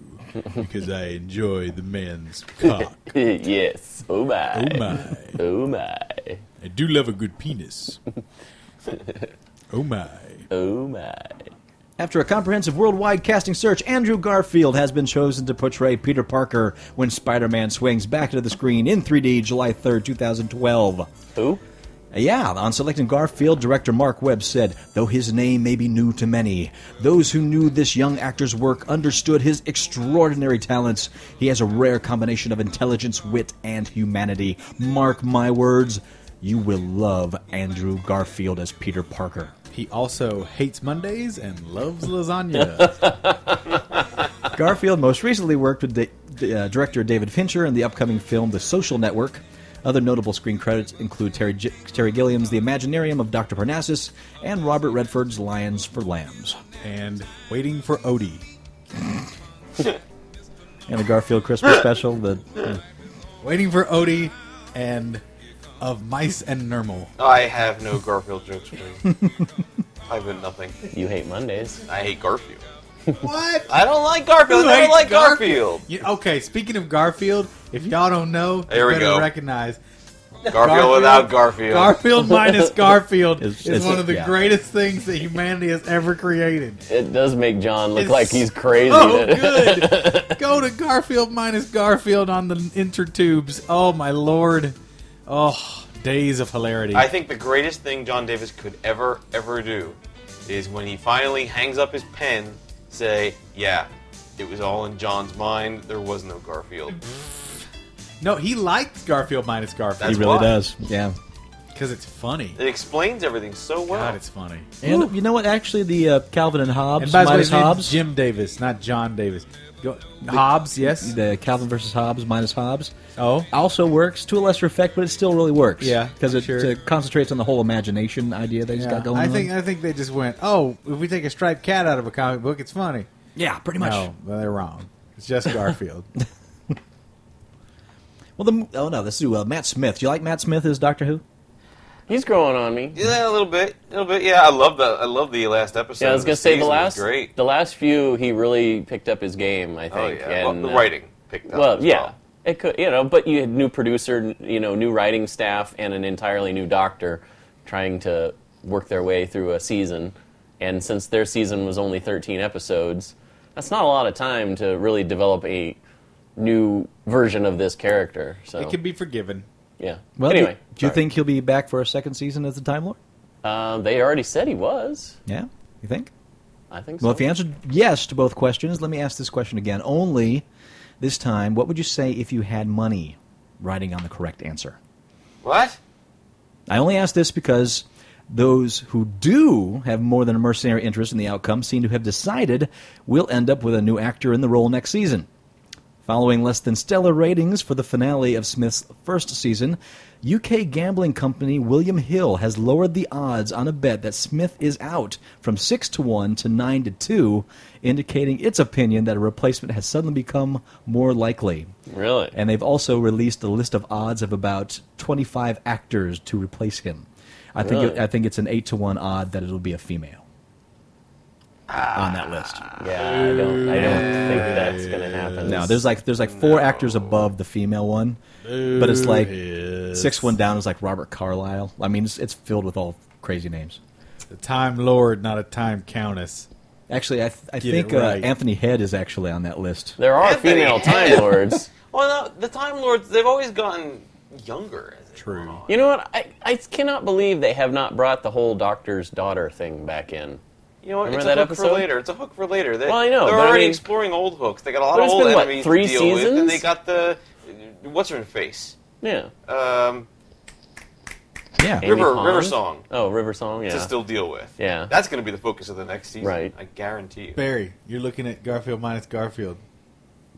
Speaker 3: because I enjoy the man's cock.
Speaker 2: yes. Oh
Speaker 3: Oh
Speaker 2: my.
Speaker 3: my.
Speaker 2: Oh my.
Speaker 3: I do love a good penis. Oh my.
Speaker 2: Oh my.
Speaker 1: After a comprehensive worldwide casting search, Andrew Garfield has been chosen to portray Peter Parker when Spider Man swings back into the screen in 3D July 3rd, 2012.
Speaker 2: Who?
Speaker 1: Yeah, on selecting Garfield, director Mark Webb said, though his name may be new to many, those who knew this young actor's work understood his extraordinary talents. He has a rare combination of intelligence, wit, and humanity. Mark my words, you will love Andrew Garfield as Peter Parker.
Speaker 3: He also hates Mondays and loves lasagna.
Speaker 1: Garfield most recently worked with da- d- uh, director David Fincher in the upcoming film The Social Network. Other notable screen credits include Terry, G- Terry Gilliam's The Imaginarium of Dr. Parnassus and Robert Redford's Lions for Lambs.
Speaker 3: and waiting for Odie.
Speaker 1: And the Garfield Christmas special. The,
Speaker 3: Waiting for Odie and of mice and normal.
Speaker 4: I have no Garfield jokes for you. I've been nothing.
Speaker 2: You hate Mondays.
Speaker 4: I hate Garfield.
Speaker 3: What?
Speaker 4: I don't like Garfield.
Speaker 3: Who
Speaker 4: I
Speaker 3: hates
Speaker 4: don't like Garfield.
Speaker 3: Garfield? Yeah, okay, speaking of Garfield, if y'all don't know,
Speaker 4: Hmm? There
Speaker 3: you
Speaker 4: we
Speaker 3: better
Speaker 4: go.
Speaker 3: recognize
Speaker 4: Garfield, without Garfield.
Speaker 3: Garfield minus Garfield
Speaker 1: It's-
Speaker 3: is,
Speaker 1: it's-
Speaker 3: one of the
Speaker 1: yeah.
Speaker 3: greatest things that humanity has ever created.
Speaker 2: It does make John look
Speaker 3: It's
Speaker 2: like he's crazy.
Speaker 3: Oh,
Speaker 2: that-
Speaker 3: good. Go to Garfield minus Garfield on the intertubes. Oh, my lord. Oh, days of hilarity.
Speaker 4: I think the greatest thing John Davis could ever, ever do is when he finally hangs up his pen, say, Yeah, it was all in John's mind. There was no Garfield.
Speaker 2: Mm-hmm.
Speaker 3: no, he likes Garfield minus Garfield.
Speaker 4: He That's really why. does,
Speaker 1: Yeah.
Speaker 3: Because it's funny.
Speaker 4: It explains everything so well.
Speaker 3: God, it's funny.
Speaker 1: And you know what? Actually, the uh, Calvin and Hobbes,
Speaker 3: And by the way,
Speaker 1: minus
Speaker 3: his name's
Speaker 1: Hobbes.
Speaker 3: Jim Davis, not John Davis. Go, Hobbs, yes.
Speaker 1: the Calvin versus Hobbes minus Hobbes
Speaker 3: oh,
Speaker 1: also works to a lesser effect, but it still really works.
Speaker 3: Yeah,
Speaker 1: because it
Speaker 3: sure.
Speaker 1: uh, concentrates on the whole imagination idea that he's
Speaker 3: yeah.
Speaker 1: got going
Speaker 3: I
Speaker 1: on.
Speaker 3: think I think they just went. Oh, if we take a striped cat out of a comic book, it's funny.
Speaker 1: yeah, pretty much.
Speaker 3: No, they're wrong. It's just Garfield.
Speaker 1: Well, the oh no, let's do uh, Matt Smith. Do you like Matt Smith as Doctor Who?
Speaker 2: He's growing on me.
Speaker 4: Yeah, a little bit, a little bit. Yeah, I love the, I love the last episode.
Speaker 2: Yeah, I was
Speaker 4: of
Speaker 2: gonna
Speaker 4: this
Speaker 2: say
Speaker 4: season.
Speaker 2: the
Speaker 4: It was
Speaker 2: last,
Speaker 4: great.
Speaker 2: the last few, he really picked up his game. I think.
Speaker 4: oh yeah,
Speaker 2: and,
Speaker 4: well, the
Speaker 2: uh,
Speaker 4: writing picked up.
Speaker 2: Well,
Speaker 4: as
Speaker 2: yeah, it could, you know, but you had new producer, n- you know, new writing staff, and an entirely new doctor trying to work their way through a season. And since their season was only 13 episodes, that's not a lot of time to really develop a new version of this character. So
Speaker 3: it can be forgiven.
Speaker 2: yeah.
Speaker 1: Well, do-
Speaker 2: anyway,
Speaker 1: do, you
Speaker 2: sorry.
Speaker 1: think he'll be back for a second season as the Time Lord?
Speaker 2: Uh, they already said he was.
Speaker 1: Yeah, you think?
Speaker 2: I think so.
Speaker 1: Well, if you answered yes to both questions, let me ask this question again. Only this time, what would you say if you had money writing on the correct answer?
Speaker 4: What?
Speaker 1: I only ask this because those who do have more than a mercenary interest in the outcome seem to have decided we'll end up with a new actor in the role next season. Following less than stellar ratings for the finale of Smith's first season, UK gambling company William Hill has lowered the odds on a bet that Smith is out from 6 to 1 to 9 to 2, indicating its opinion that a replacement has suddenly become more likely.
Speaker 2: Really?
Speaker 1: And they've also released a list of odds of about 25 actors to replace him. I think
Speaker 2: Really?
Speaker 1: it, I think it's an 8 to 1 odd that it'll be a female. on that list.
Speaker 2: yeah, I don't, I don't think that's going to happen.
Speaker 1: No, there's like there's like four actors above the female one, but it's like six one down is like Robert Carlyle. I mean, it's, it's filled with all crazy names.
Speaker 3: The Time Lord, not a Time Countess.
Speaker 1: Actually, I, th- I
Speaker 3: Get
Speaker 1: think
Speaker 3: it right.
Speaker 1: uh, Anthony Head is actually on that list.
Speaker 2: There are
Speaker 4: Anthony
Speaker 2: female
Speaker 4: Hale.
Speaker 2: Time Lords.
Speaker 4: Well, no, the Time Lords, they've always gotten younger. As True.
Speaker 2: You know what? I, I cannot believe they have not brought the whole doctor's daughter thing back in.
Speaker 4: You know, what,
Speaker 2: Remember
Speaker 4: it's
Speaker 2: that
Speaker 4: a hook for
Speaker 2: episode?
Speaker 4: later. It's a hook for later. They,
Speaker 2: Well, I know,
Speaker 4: They're
Speaker 2: but I
Speaker 4: already
Speaker 2: mean-
Speaker 4: exploring old hooks. They got a lot
Speaker 2: But
Speaker 4: of
Speaker 2: it's
Speaker 4: old
Speaker 2: been, what,
Speaker 4: enemies
Speaker 2: three
Speaker 4: to deal with,
Speaker 2: seasons?
Speaker 4: and they got the what's her face,
Speaker 2: Yeah.
Speaker 4: um,
Speaker 1: Yeah,
Speaker 2: Amy
Speaker 4: River
Speaker 2: Pond?
Speaker 4: River Song
Speaker 2: Oh, River Song. Yeah.
Speaker 4: to still deal with.
Speaker 2: Yeah.
Speaker 4: that's going to be the focus of the next season.
Speaker 2: Right.
Speaker 4: I guarantee you.
Speaker 3: Barry, you're looking at Garfield minus Garfield.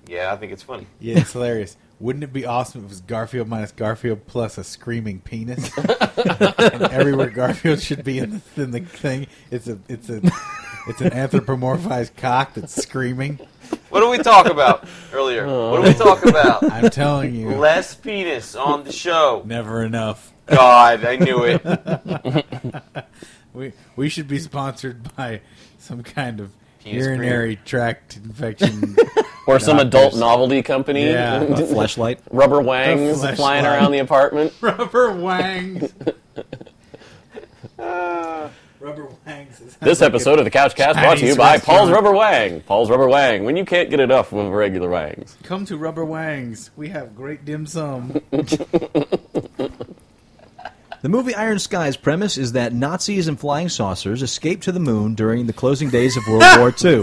Speaker 4: Yeah, I think it's funny.
Speaker 3: Yeah, it's hilarious. Wouldn't it be awesome if it was Garfield minus Garfield plus a screaming penis? and everywhere Garfield should be in the, in the thing, it's a it's a it's an anthropomorphized cock that's screaming.
Speaker 4: What did we talk about earlier?
Speaker 2: Oh.
Speaker 4: What did we talk about?
Speaker 3: I'm telling you,
Speaker 4: Less penis on the show.
Speaker 3: never enough.
Speaker 4: God, I knew it.
Speaker 3: We we should be sponsored by some kind of
Speaker 4: Penis
Speaker 3: urinary tract infection.
Speaker 2: or some adult
Speaker 3: Doctors.
Speaker 2: novelty company.
Speaker 3: Yeah.
Speaker 1: a Uh, flashlight.
Speaker 2: Rubber wangs
Speaker 3: The
Speaker 2: flying
Speaker 3: fleshlight.
Speaker 2: around the apartment.
Speaker 3: Rubber wangs. Ah. Rubber wangs. is-
Speaker 2: This episode of the Couch Cast brought to you
Speaker 3: Chinese
Speaker 2: by Paul's
Speaker 3: restaurant.
Speaker 2: Rubber Wang. Paul's Rubber Wang. When you can't get enough of regular wangs.
Speaker 3: Come to Rubber Wangs. We have great dim sum.
Speaker 1: The movie Iron Sky's premise is that Nazis and flying saucers escaped to the moon during the closing days of World War II.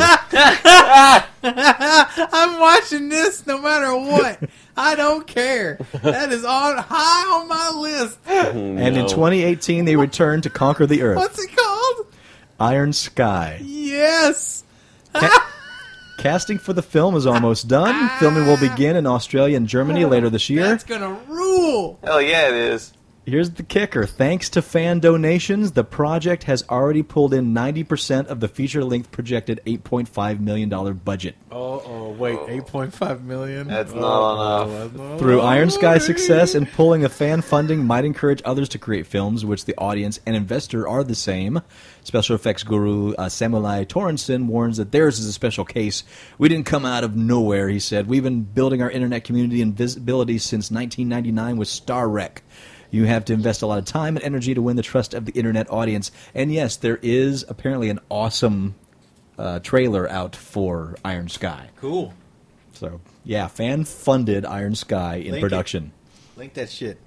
Speaker 3: I'm watching this no matter what. I don't care. That is on high on my list.
Speaker 1: And in 2018, they returned to conquer the Earth.
Speaker 3: What's it called?
Speaker 1: Iron Sky.
Speaker 3: Yes.
Speaker 1: Ca- Casting for the film is almost done. Filming will begin in Australia and Germany later this year.
Speaker 3: That's gonna rule.
Speaker 4: Hell yeah, it is.
Speaker 1: Here's the kicker. Thanks to fan donations, the project has already pulled in 90% of the feature length projected $8.5 million budget.
Speaker 3: Oh, oh, wait, eight point five million. Oh,
Speaker 4: That's not enough.
Speaker 1: Through Iron Sky's success and pulling of fan funding might encourage others to create films in which the audience and investor are the same. Special effects guru uh, Samurai Torrenson warns that theirs is a special case. We didn't come out of nowhere, he said. We've been building our internet community and visibility since 1999 with Star Trek. You have to invest a lot of time and energy to win the trust of the internet audience. And yes, there is apparently an awesome uh, trailer out for Iron Sky.
Speaker 3: cool.
Speaker 1: So yeah, fan funded Iron Sky in
Speaker 3: Thank
Speaker 1: production.
Speaker 3: Link that shit.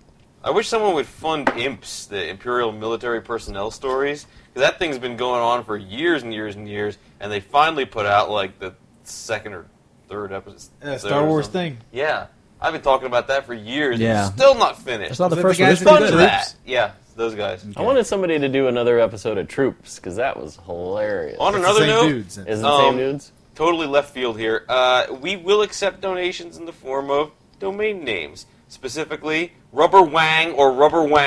Speaker 4: I wish someone would fund IMPS, the Imperial Military Personnel Stories, 'cause that thing's been going on for years and years and years, and they finally put out like the second or third episode.
Speaker 3: Uh, Star Wars thing.
Speaker 4: Yeah, I've been talking about that for years.
Speaker 1: Yeah.
Speaker 4: Yeah, still not finished.
Speaker 1: It's not the
Speaker 3: Was it the
Speaker 1: first
Speaker 3: guys
Speaker 1: one. It's
Speaker 3: that
Speaker 1: pretty
Speaker 4: fun
Speaker 3: did
Speaker 1: good.
Speaker 4: to
Speaker 3: Troops?
Speaker 4: that. Yeah, it's those guys.
Speaker 2: I wanted somebody to do another episode of Troops because that was hilarious.
Speaker 4: On
Speaker 3: It's
Speaker 4: another
Speaker 3: the same
Speaker 4: note,
Speaker 3: dudes.
Speaker 2: Is it the
Speaker 4: Um,
Speaker 2: same dudes?
Speaker 4: totally left field here. Uh, we will accept donations in the form of domain names. Specifically, rubberwang or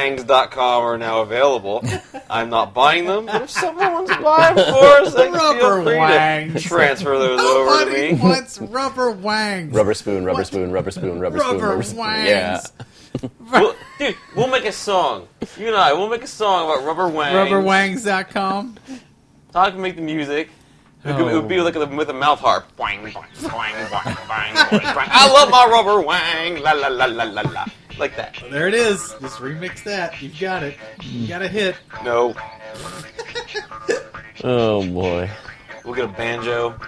Speaker 4: rubberwangs.com are now available. I'm not buying them, but if someone wants to buy them for us, then feel free to
Speaker 3: Rubberwangs.
Speaker 4: transfer those over
Speaker 3: Nobody
Speaker 4: to me.
Speaker 3: wants rubber wangs.
Speaker 2: Rubber spoon, rubber
Speaker 3: What?
Speaker 2: spoon, rubber spoon, rubber spoon,
Speaker 3: Rubber
Speaker 2: rubber
Speaker 3: wangs.
Speaker 2: spoon. Yeah.
Speaker 4: We'll, dude, we'll make a song. You and I, we'll make a song about rubber wangs.
Speaker 3: Rubberwangs.com.
Speaker 4: Todd can make the music. It would, it would be like a, with a mouth harp. Wang, wang, wang, wang, wang, wang. I love my rubber wang. La la la la la la. Like that.
Speaker 3: There it is. Just remix that. You've got it. You got a hit.
Speaker 4: No.
Speaker 2: Oh boy.
Speaker 4: We'll get a banjo.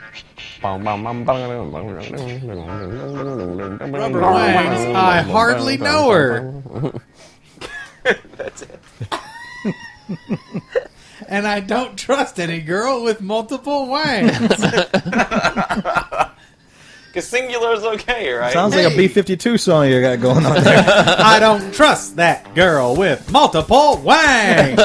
Speaker 3: Rubber wangs. I hardly know her,
Speaker 4: That's it.
Speaker 3: and I don't trust any girl with multiple wangs.
Speaker 4: Because singular is okay, right?
Speaker 1: Sounds like
Speaker 3: Hey.
Speaker 1: a B fifty two song you got going on there.
Speaker 3: I don't trust that girl with multiple wangs.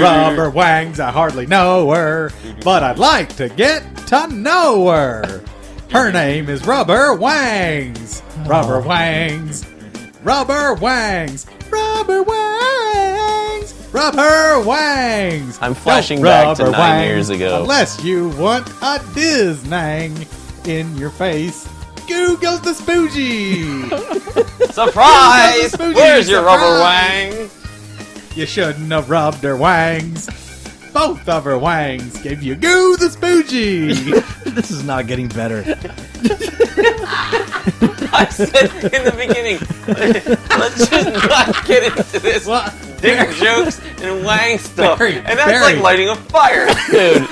Speaker 3: Rubber wangs. I hardly know her, but I'd like to get to know her. Her name is Rubber Wangs. Rubber Wangs. Rubber Wangs. Rubber Wangs. Rubber Wangs.
Speaker 2: I'm flashing back to
Speaker 3: Rubber
Speaker 2: nine years ago.
Speaker 3: Unless you want a Disney in your face, Google's the Spoogie.
Speaker 4: Surprise!
Speaker 3: Spooky
Speaker 4: Where's your rubber
Speaker 3: surprise!
Speaker 4: wang?
Speaker 3: you shouldn't have rubbed her wangs. Both of her wangs gave you Goo the Spoogie.
Speaker 1: This is not getting better.
Speaker 4: I said in the beginning, let's just not get into this
Speaker 3: Well,
Speaker 4: dick jokes and wang stuff.
Speaker 3: Barry,
Speaker 4: and that's
Speaker 3: Barry.
Speaker 4: like lighting a fire.
Speaker 2: Dude,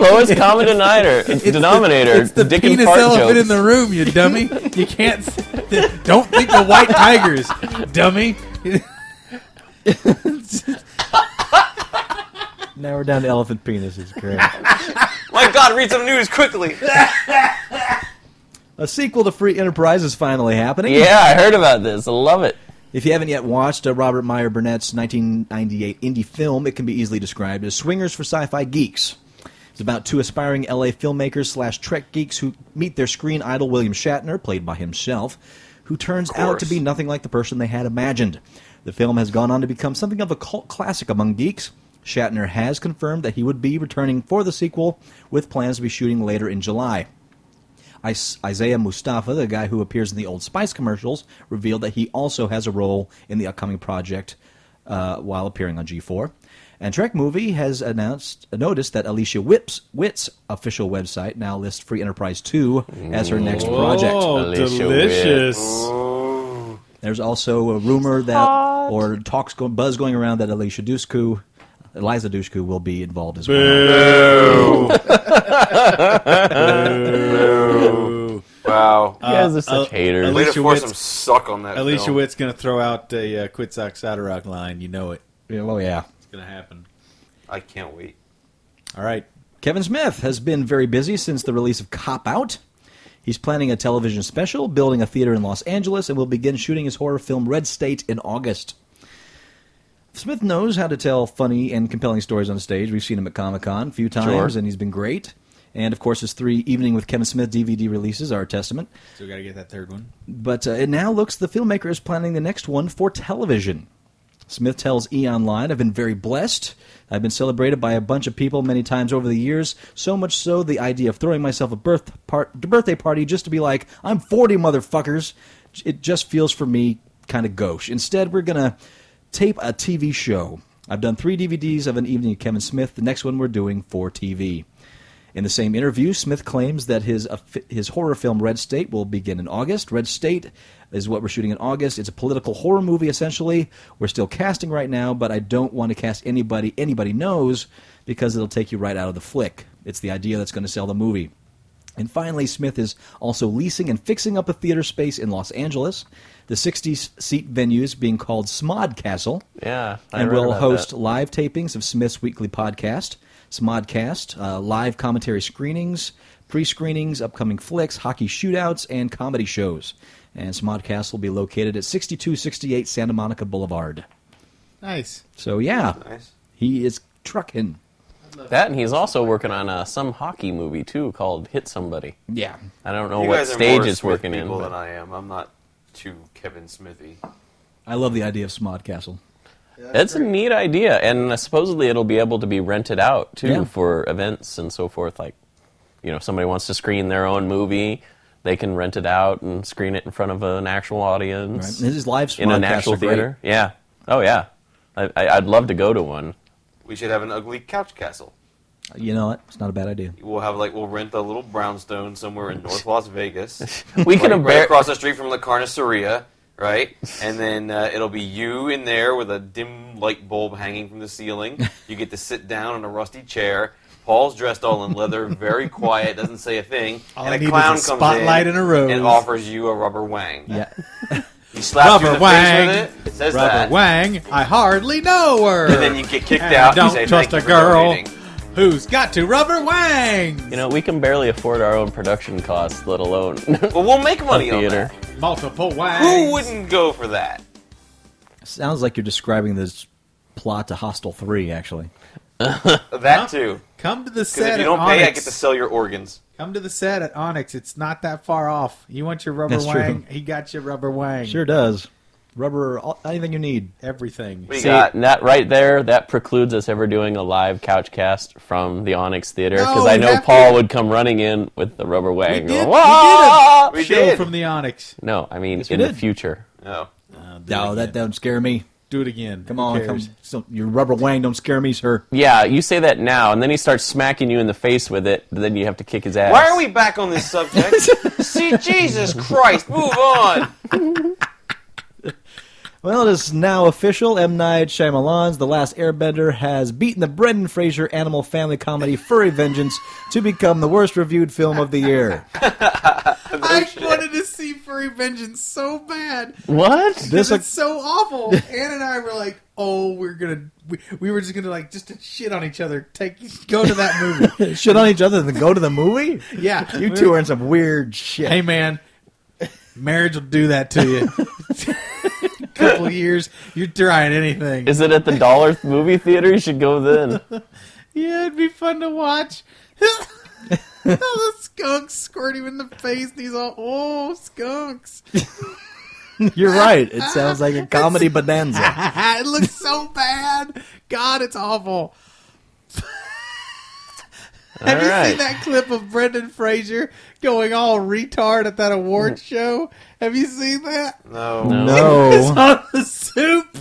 Speaker 2: lo- lowest common denominator. denominator.
Speaker 3: It's the
Speaker 2: dick
Speaker 3: penis
Speaker 2: and fart
Speaker 3: elephant
Speaker 2: jokes.
Speaker 3: in the room, you dummy. You can't. s- Don't think of white tigers, dummy.
Speaker 1: now we're down to elephant penises. Great.
Speaker 4: My God, read some news quickly.
Speaker 1: A sequel to Free Enterprise is finally happening.
Speaker 2: Yeah, I heard about this. I love it.
Speaker 1: If you haven't yet watched uh, Robert Meyer Burnett's 1998 indie film, it can be easily described as Swingers for Sci-Fi Geeks. It's about two aspiring LA filmmakers slash Trek geeks who meet their screen idol William Shatner, played by himself, who turns out to be nothing like the person they had imagined. The film has gone on to become something of a cult classic among geeks. Shatner has confirmed that he would be returning for the sequel, with plans to be shooting later in July. Is- Isaiah Mustafa, the guy who appears in the Old Spice commercials, revealed that he also has a role in the upcoming project uh, while appearing on G4. And Trek Movie has announced noticed that Alicia Whip's, Witt's official website now lists Free Enterprise 2 as her next project.
Speaker 3: Oh,
Speaker 2: Alicia Oh.
Speaker 3: delicious.
Speaker 1: There's also a rumor that, or talks go, buzz going around that Alicia Dusku, Eliza Dushku, will be involved as well.
Speaker 3: Oh.
Speaker 4: Wow.
Speaker 2: You guys are such
Speaker 3: uh,
Speaker 2: haters.
Speaker 3: uh,
Speaker 4: Way to
Speaker 3: Alicia
Speaker 4: force
Speaker 3: Witt's-
Speaker 4: some suck on that.
Speaker 3: Alicia
Speaker 4: film.
Speaker 3: Witt's gonna throw out a uh, Quitsock Soderrock line. You know it.
Speaker 1: Yeah, Oh, yeah.
Speaker 3: It's gonna happen.
Speaker 4: I can't wait.
Speaker 3: All right.
Speaker 1: Kevin Smith has been very busy since the release of Cop Out. He's planning a television special, building a theater in Los Angeles, and will begin shooting his horror film Red State in August. Smith knows how to tell funny and compelling stories on stage. We've seen him at Comic Con a few times,
Speaker 2: Sure.
Speaker 1: and he's been great. And of course, his three Evening with Kevin Smith DVD releases are a testament.
Speaker 3: So we gotta get that third one.
Speaker 1: But uh, it now looks the filmmaker is planning the next one for television. Smith tells E! Online, I've been very blessed. I've been celebrated by a bunch of people many times over the years, so much so the idea of throwing myself a birth part, birthday party just to be like, I'm 40, motherfuckers, it just feels for me kind of gauche. Instead, we're going to tape a TV show. I've done three DVDs of an evening with Kevin Smith, the next one we're doing for TV. In the same interview, Smith claims that his uh, his horror film Red State will begin in August. Red State is what we're shooting in August. It's a political horror movie essentially. We're still casting right now, but I don't want to cast anybody anybody knows because it'll take you right out of the flick. It's the idea that's going to sell the movie. And finally, Smith is also leasing and fixing up a theater space in Los Angeles. The 60 seat venue is being called Smod Castle
Speaker 2: Yeah, I
Speaker 1: and
Speaker 2: read
Speaker 1: will
Speaker 2: about
Speaker 1: host
Speaker 2: that.
Speaker 1: live tapings of Smith's weekly podcast, Smodcast, uh, live commentary screenings, pre screenings, upcoming flicks, hockey shootouts, and comedy shows. And Smodcast will be located at 6268 Santa Monica Boulevard.
Speaker 3: Nice.
Speaker 1: So, yeah,
Speaker 4: Nice.
Speaker 1: he is trucking.
Speaker 2: that, and he's also working on uh, some hockey movie too called Hit Somebody.
Speaker 1: Yeah.
Speaker 2: I don't know
Speaker 4: You
Speaker 2: what
Speaker 4: guys are
Speaker 2: stage
Speaker 4: more
Speaker 2: it's
Speaker 4: Smith
Speaker 2: working in.
Speaker 4: people
Speaker 2: but-
Speaker 4: than I am. I'm not too Kevin Smithy.
Speaker 1: I love the idea of Smodcastle.
Speaker 2: That's a neat idea, and uh, supposedly it'll be able to be rented out too
Speaker 1: Yeah.
Speaker 2: for events and so forth. Like, you know, if somebody wants to screen their own movie, they can rent it out and screen it in front of an actual
Speaker 1: Right?
Speaker 2: audience
Speaker 1: This is live
Speaker 2: in an
Speaker 1: Smodcasts
Speaker 2: actual
Speaker 1: are great.
Speaker 2: theater. Yeah. Oh yeah. I, I, I'd love to go to one.
Speaker 4: We should have an ugly couch castle.
Speaker 1: You know what? It's not a bad idea.
Speaker 4: We'll have like we'll rent a little brownstone somewhere in North Las Vegas.
Speaker 2: We can
Speaker 4: like,
Speaker 2: embar-
Speaker 4: right across the street from La Carniceria, right? And then uh, it'll be you in there with a dim light bulb hanging from the ceiling. You get to sit down on a rusty chair. Paul's dressed all in leather, very quiet, doesn't say a thing.
Speaker 3: All I
Speaker 4: and
Speaker 3: need
Speaker 4: a
Speaker 3: is
Speaker 4: clown
Speaker 3: a
Speaker 4: comes
Speaker 3: spotlight
Speaker 4: in
Speaker 3: and a rose.
Speaker 4: and offers you a rubber wang.
Speaker 1: Yeah.
Speaker 4: He slaps you in
Speaker 3: Rubber
Speaker 4: the
Speaker 3: wang.
Speaker 4: face with it. Says
Speaker 3: Rubber
Speaker 4: that.
Speaker 3: Wang, I hardly know her.
Speaker 4: And then you get kicked
Speaker 3: And I
Speaker 4: out.
Speaker 3: don't
Speaker 4: and you say,
Speaker 3: trust
Speaker 4: Thank
Speaker 3: a
Speaker 4: you for
Speaker 3: girl.
Speaker 4: donating."
Speaker 3: Who's got to rubber wangs?
Speaker 2: You know, we can barely afford our own production costs, let alone
Speaker 4: Well, we'll make money on
Speaker 2: theater.
Speaker 4: that.
Speaker 3: multiple wangs.
Speaker 4: Who wouldn't go for that?
Speaker 1: Sounds like you're describing this plot to Hostel 3, actually.
Speaker 4: That too.
Speaker 3: Come to the
Speaker 4: Because
Speaker 3: set
Speaker 4: if you
Speaker 3: at
Speaker 4: don't
Speaker 3: Onyx.
Speaker 4: pay, I get to sell your organs.
Speaker 3: Come to the set at Onyx. It's not that far off. You want your rubber
Speaker 1: That's true.
Speaker 3: wang? He got your rubber wang.
Speaker 1: Sure does. Rubber, all, anything you need.
Speaker 3: Everything.
Speaker 4: What do you
Speaker 2: See,
Speaker 4: got?
Speaker 2: that right there, that precludes us ever doing a live couch cast from the Onyx Theater because
Speaker 3: No,
Speaker 2: I
Speaker 3: we
Speaker 2: know
Speaker 3: have
Speaker 2: Paul would come running in with the rubber wang.
Speaker 3: We
Speaker 2: going,
Speaker 3: did, we
Speaker 2: "Wah!"
Speaker 3: did a
Speaker 4: Ah, We
Speaker 3: show
Speaker 4: did.
Speaker 3: from the Onyx.
Speaker 2: No, I mean
Speaker 1: Yes, we
Speaker 2: in the
Speaker 1: did.
Speaker 2: future.
Speaker 4: No.
Speaker 1: No, that don't scare me.
Speaker 3: Do it again.
Speaker 1: Come
Speaker 3: Who
Speaker 1: on, come.
Speaker 3: cares?
Speaker 1: so- your rubber wang don't scare me, sir.
Speaker 2: Yeah, you say that now, and then he starts smacking you in the face with it. Then you have to kick his ass.
Speaker 4: Why are we back on this subject? See, Jesus Christ, move on.
Speaker 1: Well, it is now official. M. Night Shyamalan's The Last Airbender has beaten the Brendan Fraser animal family comedy Furry Vengeance to become the worst reviewed film of the year.
Speaker 3: I wanted to see Furry Vengeance so bad.
Speaker 2: What?
Speaker 1: This
Speaker 3: This is so awful. Ann and I were like, "Oh, we're gonna, we, we were just gonna like just to shit on each other. Take go to that movie."
Speaker 1: shit on each other and then go to the movie?
Speaker 3: Yeah,
Speaker 1: You
Speaker 3: we
Speaker 1: two
Speaker 3: were-
Speaker 1: are in some weird shit.
Speaker 3: Hey, man, marriage will do that to you. Couple years, you're trying anything.
Speaker 2: Is it at the dollar movie theater? You should go then.
Speaker 3: yeah, it'd be fun to watch. the skunks squirt him in the face. And he's all, "Oh, skunks!"
Speaker 1: You're right. It sounds like a comedy bonanza.
Speaker 3: it looks so bad. God, it's awful. Have you
Speaker 2: right.
Speaker 3: seen that clip of Brendan Fraser going all retard at that award show? Have you seen that?
Speaker 4: No.
Speaker 3: He's
Speaker 1: No.
Speaker 3: on the soup.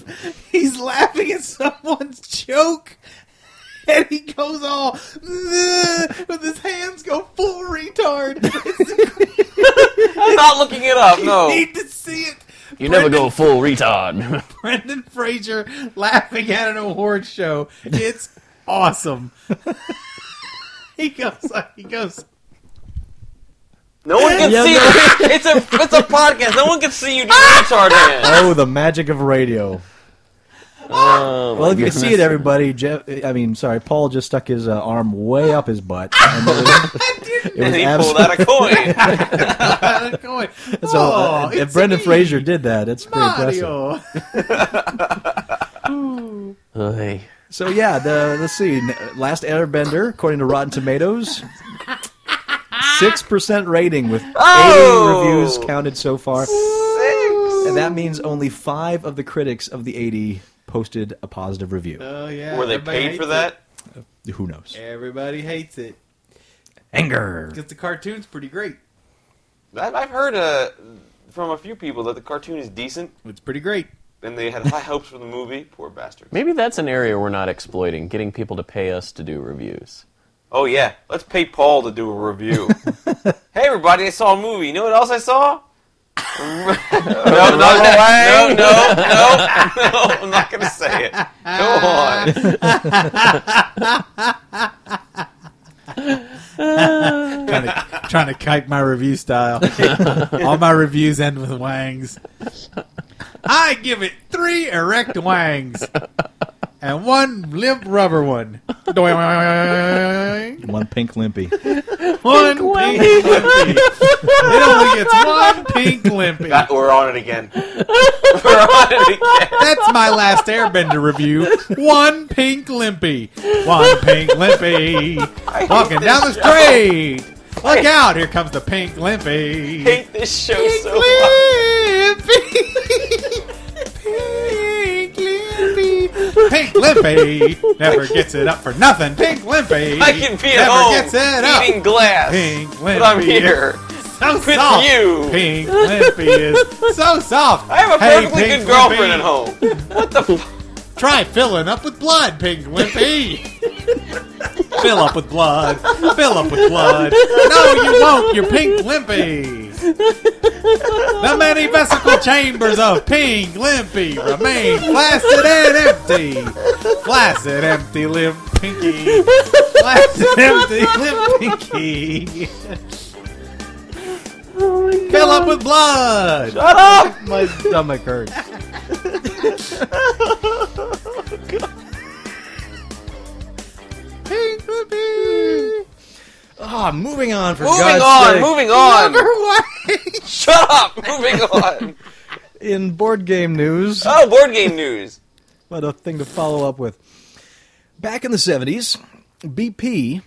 Speaker 3: He's laughing at someone's joke. And he goes all "Ugh," with his hands go full retard.
Speaker 4: I'm not looking it up, no.
Speaker 3: You need to see it.
Speaker 2: You never
Speaker 3: Brendan
Speaker 2: go full retard.
Speaker 3: Brendan Fraser laughing at an award show. It's awesome. he goes. He goes.
Speaker 4: No one can
Speaker 1: Yeah,
Speaker 4: see
Speaker 1: no.
Speaker 4: you. It's a, it's a podcast. No one can see you do retard hands.
Speaker 1: Oh, the magic of radio.
Speaker 2: Oh, my
Speaker 1: Well, if you can see it,
Speaker 2: goodness.
Speaker 1: everybody, Jeff, I mean, sorry, Paul just stuck his uh, arm way up his butt. And it was, it was
Speaker 4: And he
Speaker 1: abs-
Speaker 4: pulled out a coin.
Speaker 3: "How's it going?"
Speaker 1: So, uh,
Speaker 3: "Oh,
Speaker 1: if
Speaker 3: it's
Speaker 1: Brendan
Speaker 3: me,
Speaker 1: Fraser did that, it's pretty impressive.
Speaker 3: Mario.
Speaker 2: Oy.
Speaker 1: So yeah, the let's see, n- Last Airbender, according to Rotten Tomatoes, six percent rating with
Speaker 4: Oh!
Speaker 1: eighty reviews counted so far,
Speaker 4: Six.
Speaker 1: and that means only five of the critics of the eighty posted a positive review.
Speaker 3: Oh yeah.
Speaker 4: Were they
Speaker 3: everybody
Speaker 4: paid
Speaker 3: hates
Speaker 4: for that?
Speaker 1: Who knows?
Speaker 3: it. Everybody hates it
Speaker 1: Anger.
Speaker 3: because the cartoon's pretty great.
Speaker 4: I- I've heard uh, from a few people that the cartoon is decent,
Speaker 3: It's pretty great.
Speaker 4: and they had high hopes for the movie. Poor bastards.
Speaker 2: Maybe that's an area we're not exploiting, getting people to pay us to do reviews.
Speaker 4: Oh yeah, let's pay Paul to do a review. hey everybody, I saw a movie. You know what else I saw? no, no, no, no, no, no, no, I'm not gonna say it. Go on.
Speaker 3: trying to trying to kite my review style. All my reviews end with wangs. I give it three erect wangs and one limp rubber one. Doing.
Speaker 1: One pink limpy.
Speaker 3: One pink limpy. It only gets one pink limpy.
Speaker 4: God, we're on it again. We're on it again.
Speaker 3: That's my last Airbender review. One pink limpy. One pink limpy.
Speaker 4: I
Speaker 3: Walking
Speaker 4: hate this
Speaker 3: down the
Speaker 4: show.
Speaker 3: street. Look out! Here comes the pink limpy.
Speaker 4: I hate this show so much.
Speaker 3: Limpy. Pink Limpy. Pink Limpy never gets it up for nothing. Pink Limpy.
Speaker 4: I can be at
Speaker 3: never
Speaker 4: home
Speaker 3: gets it up.
Speaker 4: eating glass,
Speaker 3: Pink
Speaker 4: but I'm
Speaker 3: Limpy.
Speaker 4: here.
Speaker 3: so
Speaker 4: with
Speaker 3: soft.
Speaker 4: you.
Speaker 3: Pink Limpy is so soft.
Speaker 4: I have a
Speaker 3: Hey,
Speaker 4: perfectly
Speaker 3: Pink
Speaker 4: good girlfriend
Speaker 3: Limpy,
Speaker 4: at home. What the? F-
Speaker 3: Try filling up with blood, Pink Limpy. Fill up with blood. Fill up with blood. No, you won't. You're pink limpy. The many vesicle chambers of pink limpy remain flaccid and empty. Flaccid, empty, limp pinky. Flaccid, empty, limp pinky. Fill up with blood. Oh Shut up. My stomach hurts. Pink limpy.
Speaker 1: Ah, moving on for
Speaker 4: moving
Speaker 1: God's
Speaker 4: on,
Speaker 1: sake.
Speaker 4: moving on.
Speaker 3: Why?
Speaker 4: Shut up. Moving on.
Speaker 1: In board game news,
Speaker 4: Oh, board game news.
Speaker 1: what a thing to follow up with. Back in the 70s, BP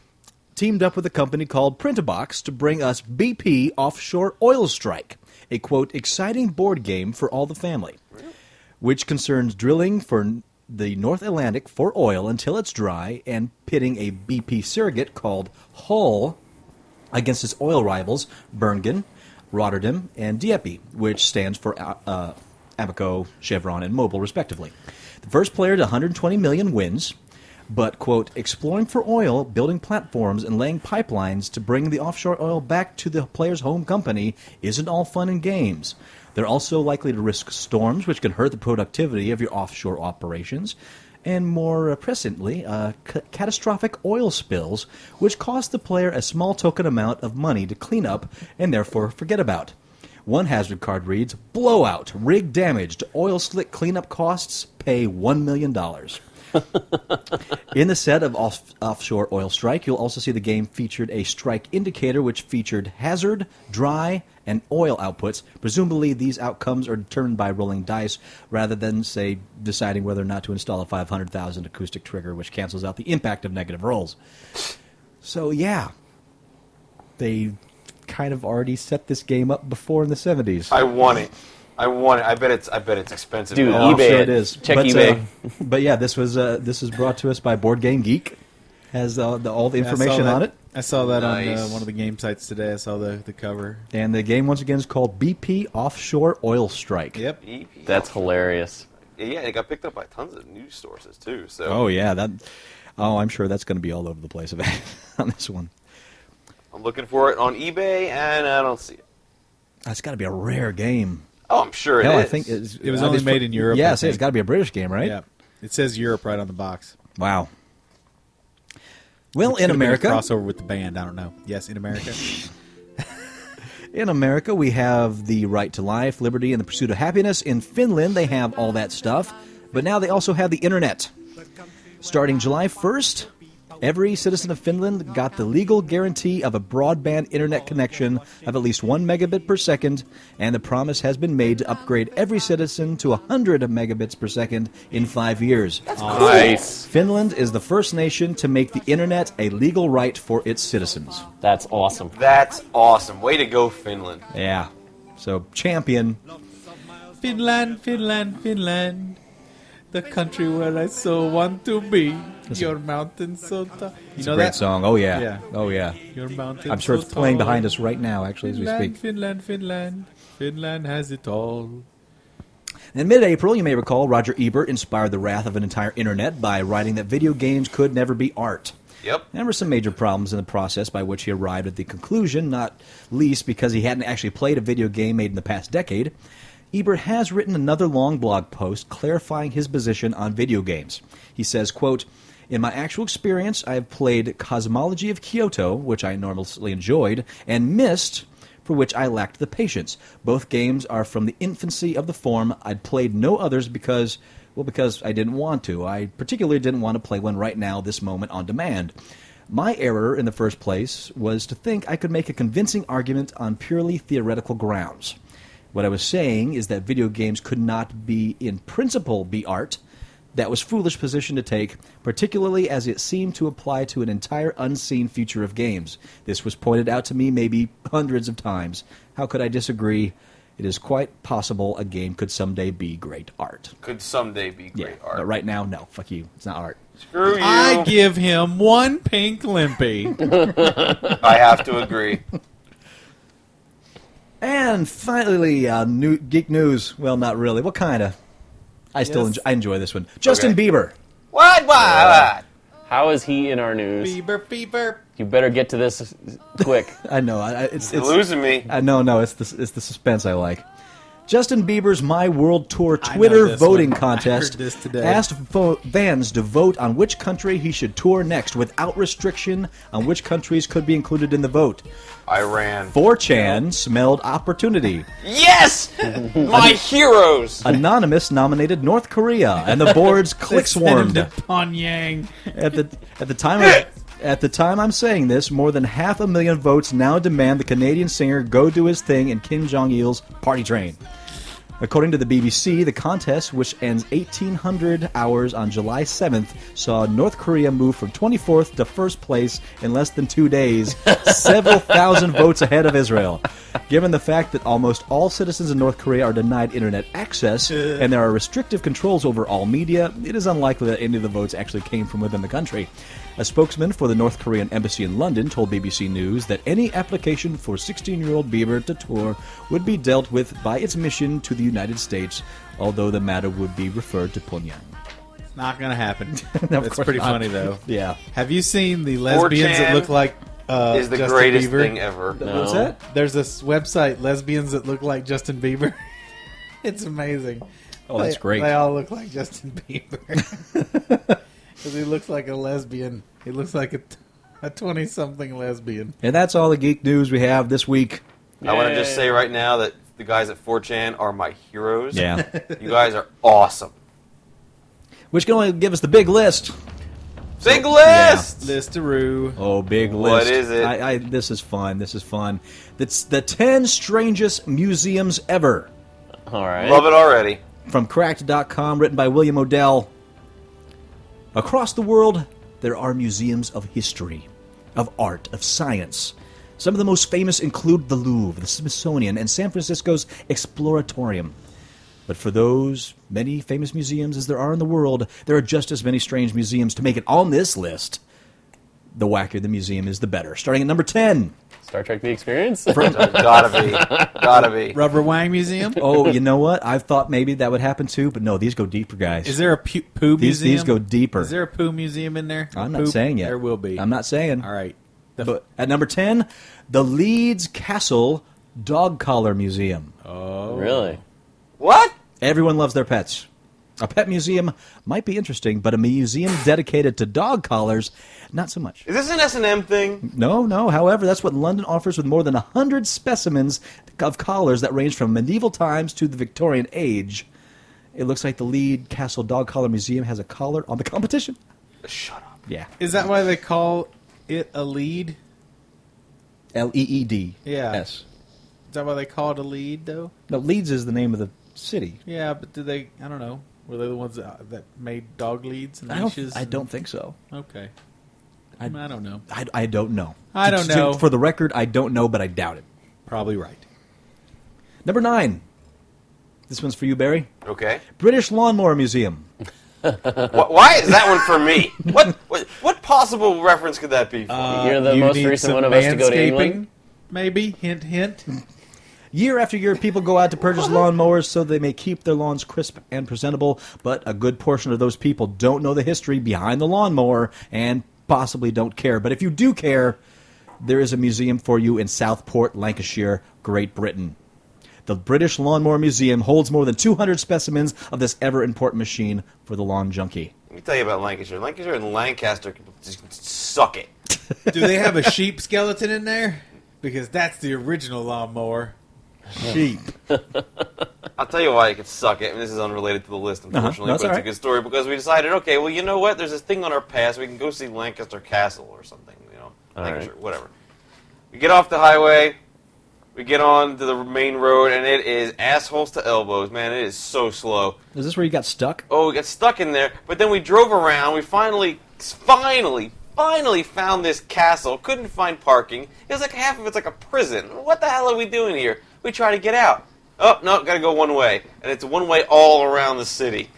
Speaker 1: teamed up with a company called Printabox to bring us BP Offshore Oil Strike, a quote, exciting board game for all the family, which concerns drilling for n- the North Atlantic for oil until it's dry and pitting a BP surrogate called Hull against its oil rivals, Bergen, Rotterdam, and Dieppe, which stands for uh, uh, Abaco, Chevron, and Mobil, respectively. The first player to 120 million wins, but, quote, exploring for oil, building platforms, and laying pipelines to bring the offshore oil back to the player's home company isn't all fun and games. They're also likely to risk storms, which can hurt the productivity of your offshore operations, and more presently, uh, c- catastrophic oil spills, which cost the player a small token amount of money to clean up and therefore forget about. One hazard card reads Blowout, rig damage to oil slick cleanup costs, pay $1 million. In the set of off- Offshore Oil Strike, you'll also see the game featured a strike indicator which featured hazard, dry, and oil outputs. Presumably, these outcomes are determined by rolling dice rather than, say, deciding whether or not to install a 500,000 acoustic trigger, which cancels out the impact of negative rolls. So, yeah, they kind of already set this game up before in the 70s.
Speaker 4: I want it. I want it. I bet it's. I bet it's expensive.
Speaker 2: Dude,
Speaker 4: Oh,
Speaker 2: eBay
Speaker 1: Sure
Speaker 2: it.
Speaker 1: it is.
Speaker 2: Check
Speaker 1: but,
Speaker 2: eBay.
Speaker 1: uh, but yeah, this was uh, this is brought to us by Board Game Geek. Has uh, the, all the
Speaker 3: Yeah, I saw
Speaker 1: information
Speaker 3: that-
Speaker 1: on it.
Speaker 3: I saw that on
Speaker 4: Nice.
Speaker 3: uh, one of the game sites today. I saw the, the cover.
Speaker 1: And the game once again is called BP Offshore Oil Strike.
Speaker 3: Yep.
Speaker 4: eBay.
Speaker 2: E- That's hilarious.
Speaker 4: E yeah. It got picked up by tons of news sources too. So
Speaker 1: Oh yeah, that. Oh, I'm sure that's going to be all over the place on this one.
Speaker 4: I'm looking for it on eBay, and I don't see it.
Speaker 1: That's got to Ah, be a rare game.
Speaker 4: Oh, I'm sure it is.
Speaker 1: Hell, I think it's, uh,
Speaker 3: It was only
Speaker 1: it's-
Speaker 3: made in Europe,
Speaker 1: Yeah,
Speaker 3: I
Speaker 1: so it's
Speaker 3: think.
Speaker 1: got to be a British game, right?
Speaker 3: Yep. It says Europe right on the box.
Speaker 1: Wow. Well,
Speaker 3: Which could
Speaker 1: in
Speaker 3: have been a
Speaker 1: America,
Speaker 3: crossover with the band. I don't know. Yes, in America.
Speaker 1: In America, we have the right to life, liberty, and the pursuit of happiness. In Finland, they have all that stuff, but now they also have the internet. Starting July 1st, every citizen of Finland got the legal guarantee of a broadband internet connection of at least 1 megabit per second, and the promise has been made to upgrade every citizen to 100 megabits per second in 5 years.
Speaker 2: Nice.
Speaker 1: Finland is the first nation to make the internet a legal right for its citizens.
Speaker 2: That's awesome.
Speaker 4: That's awesome. Way to go, Finland.
Speaker 1: Yeah. So, champion
Speaker 3: Finland, Finland, Finland. The country where I so want to be. Your mountain so tall. You
Speaker 1: It's
Speaker 3: know
Speaker 1: a great
Speaker 3: that
Speaker 1: song. Oh yeah.
Speaker 3: Yeah.
Speaker 1: Oh yeah.
Speaker 3: Your mountain.
Speaker 1: I'm sure it's playing behind us right now, actually, as we
Speaker 3: Finland,
Speaker 1: speak.
Speaker 3: Finland, Finland. Finland has it all.
Speaker 1: In mid-April, you may recall Roger Ebert inspired the wrath of an entire internet by writing that video games could never be art.
Speaker 4: Yep.
Speaker 1: There were some major problems in the process by which he arrived at the conclusion, not least because he hadn't actually played a video game made in the past decade. Ebert has written another long blog post clarifying his position on video games. He says, quote, in my actual experience, I have played Cosmology of Kyoto, which I enormously enjoyed, and Mist, for which I lacked the patience. Both games are from the infancy of the form. I'd played no others because, well, because I didn't want to. I particularly didn't want to play one right now, this moment, on demand. My error in the first place was to think I could make a convincing argument on purely theoretical grounds. What I was saying is that video games could not be, in principle, be art. That was foolish position to take, particularly as it seemed to apply to an entire unseen future of games. This was pointed out to me maybe hundreds of times. How could I disagree? It is quite possible a game could someday be great art.
Speaker 4: Could someday be
Speaker 1: Yeah,
Speaker 4: great
Speaker 1: but
Speaker 4: art.
Speaker 1: right now, no. Fuck you. It's not art.
Speaker 4: Screw you.
Speaker 3: I
Speaker 4: I,
Speaker 3: give him one pink limpy.
Speaker 4: have to agree.
Speaker 1: And finally, uh, new geek news. Well, not really. What kind of? I still
Speaker 3: Yes.
Speaker 1: enjoy, I enjoy this one. Justin
Speaker 4: Okay.
Speaker 1: Bieber.
Speaker 4: what? What? what?
Speaker 2: How is he in our news?
Speaker 3: Bieber, Bieber.
Speaker 2: You better get to this quick.
Speaker 1: I know. I, I- it's,
Speaker 4: You're
Speaker 1: it's
Speaker 4: losing me.
Speaker 1: Uh, no, no, it's the it's the suspense I like. Justin Bieber's My World Tour
Speaker 3: I know
Speaker 1: Twitter
Speaker 3: this
Speaker 1: voting
Speaker 3: one. I
Speaker 1: contest
Speaker 3: heard this today.
Speaker 1: asked vo- fans to vote on which country he should tour next without restriction on which countries could be included in the vote.
Speaker 4: Iran.
Speaker 1: 4chan smelled opportunity.
Speaker 4: Yes! My heroes!
Speaker 1: Anonymous nominated North Korea, and the boards
Speaker 3: They
Speaker 1: click
Speaker 3: sent him
Speaker 1: swarmed.
Speaker 3: to Pyongyang.
Speaker 1: at the at the time of, at the time I'm saying this, more than half a million votes now demand the Canadian singer go do his thing in Kim Jong Il's Party Train. According to the BBC, the contest, which ends 1800 hours on July 7th, saw North Korea move from 24th to first place in less than two days, several thousand votes ahead of Israel. Given the fact that almost all citizens in North Korea are denied internet access and there are restrictive controls over all media, it is unlikely that any of the votes actually came from within the country. A spokesman for the North Korean embassy in London told BBC News that any application for 16 year old Bieber to tour would be dealt with by its mission to the United States, although the matter would be referred to Pyongyang.
Speaker 3: It's not gonna happen.
Speaker 1: Of
Speaker 3: That's
Speaker 1: course
Speaker 3: pretty
Speaker 1: not.
Speaker 3: funny though.
Speaker 1: Yeah.
Speaker 3: Have you seen the lesbians that
Speaker 4: 4chan
Speaker 3: look like uh,
Speaker 4: is the
Speaker 3: Justin
Speaker 4: greatest
Speaker 3: Bieber?
Speaker 4: thing ever.
Speaker 1: What's that?
Speaker 3: There's this website, lesbians that look like Justin Bieber. it's amazing.
Speaker 1: Oh, that's
Speaker 3: They-
Speaker 1: great.
Speaker 3: They all look like Justin Bieber because he looks like a lesbian. He looks like a t- a twenty-something lesbian.
Speaker 1: And that's all the geek news we have this week.
Speaker 4: I want to just say right now that the guys at 4chan are my heroes.
Speaker 1: Yeah.
Speaker 4: You guys are awesome.
Speaker 1: Which can only give us the big list.
Speaker 4: Big list!
Speaker 3: Listeroo.
Speaker 1: Oh, big list.
Speaker 4: What is it?
Speaker 1: I, I, this is fun. This is fun. It's the 10 strangest museums ever
Speaker 2: All right.
Speaker 4: Love it already.
Speaker 1: from cracked.com, written by William Odell. Across the world, there are museums of history, of art, of science. Some of the most famous include the Louvre, the Smithsonian, and San Francisco's Exploratorium. But for those many famous museums as there are in the world, there are just as many strange museums to make it on this list. The wackier the museum is, the better. Starting at number 10.
Speaker 2: Star Trek: The Experience.
Speaker 4: gotta be. Gotta be.
Speaker 3: Rubber Wang Museum.
Speaker 1: Oh, you know what? I thought maybe that would happen too, but no, these go deeper, guys.
Speaker 3: Is there a pu- poo
Speaker 1: These-
Speaker 3: museum?
Speaker 1: these go deeper.
Speaker 3: Is there a poo museum in there?
Speaker 1: I'm not
Speaker 3: Poop?
Speaker 1: saying yet.
Speaker 3: There will be.
Speaker 1: I'm not saying.
Speaker 3: All right. The
Speaker 1: But at number 10, the Leeds Castle Dog Collar Museum.
Speaker 3: Oh.
Speaker 2: really?
Speaker 4: What?
Speaker 1: Everyone loves their pets. A pet museum might be interesting, but a museum dedicated to dog collars, not so much.
Speaker 4: Is this an S&M thing?
Speaker 1: No, no. However, that's what London offers with more than 100 specimens of collars that range from medieval times to the Victorian age. It looks like the Leeds Castle Dog Collar Museum has a collar on the competition.
Speaker 4: Shut up.
Speaker 1: Yeah.
Speaker 3: Is that why they call it a lead?
Speaker 1: L E E D.
Speaker 3: Yeah.
Speaker 1: S.
Speaker 3: Is that why they call it a lead, though?
Speaker 1: No, Leeds is the name of the city.
Speaker 3: Yeah, but did they? I don't know. Were they the ones that, that made dog leads and
Speaker 1: I don't,
Speaker 3: leashes?
Speaker 1: I don't think so.
Speaker 3: Okay.
Speaker 1: I-
Speaker 3: I, don't know.
Speaker 1: I, I don't know.
Speaker 3: I don't
Speaker 1: To- to-
Speaker 3: know.
Speaker 1: For the record, I don't know, but I doubt it.
Speaker 3: Probably right.
Speaker 1: Number nine. This one's for you, Barry.
Speaker 4: Okay.
Speaker 1: British Lawnmower Museum.
Speaker 4: Wh- Why is that one for me? What what, what possible reference could that be for?
Speaker 2: You're the
Speaker 3: Uh, You
Speaker 2: most
Speaker 3: need
Speaker 2: recent
Speaker 3: some
Speaker 2: one of us to go to
Speaker 3: manscaping,
Speaker 2: England.
Speaker 3: Maybe hint, hint.
Speaker 1: Year after year, people go out to purchase lawnmowers so they may keep their lawns crisp and presentable, but a good portion of those people don't know the history behind the lawnmower and possibly don't care. But if you do care, there is a museum for you in Southport, Lancashire, Great Britain. The British Lawnmower Museum holds more than 200 specimens of this ever important machine for the lawn junkie.
Speaker 4: Let me tell you about Lancashire. Lancashire and Lancaster can just suck it.
Speaker 3: Do they have a sheep skeleton in there? Because that's the original lawnmower. Sheep.
Speaker 4: I'll tell you why it could suck it, and this is unrelated to the list,
Speaker 2: Uh-huh.
Speaker 4: unfortunately,
Speaker 1: That's
Speaker 4: but it's
Speaker 1: all
Speaker 4: a
Speaker 1: right.
Speaker 4: good story because we decided, okay, well, you know what? There's this thing on our past. We can go see Lancaster Castle or something, you know,
Speaker 2: All
Speaker 4: Lancashire,
Speaker 2: right.
Speaker 4: whatever. We get off the highway, we get on to the main road, and it is assholes to elbows, man. It is so slow.
Speaker 1: Is this where you got stuck?
Speaker 4: Oh, we got stuck in there, but then we drove around. We finally, finally, finally found this castle. Couldn't find parking. It was like half of it's like a prison. What the hell are we doing here? We try to get out. Oh no, gotta go one way, and it's one way all around the city.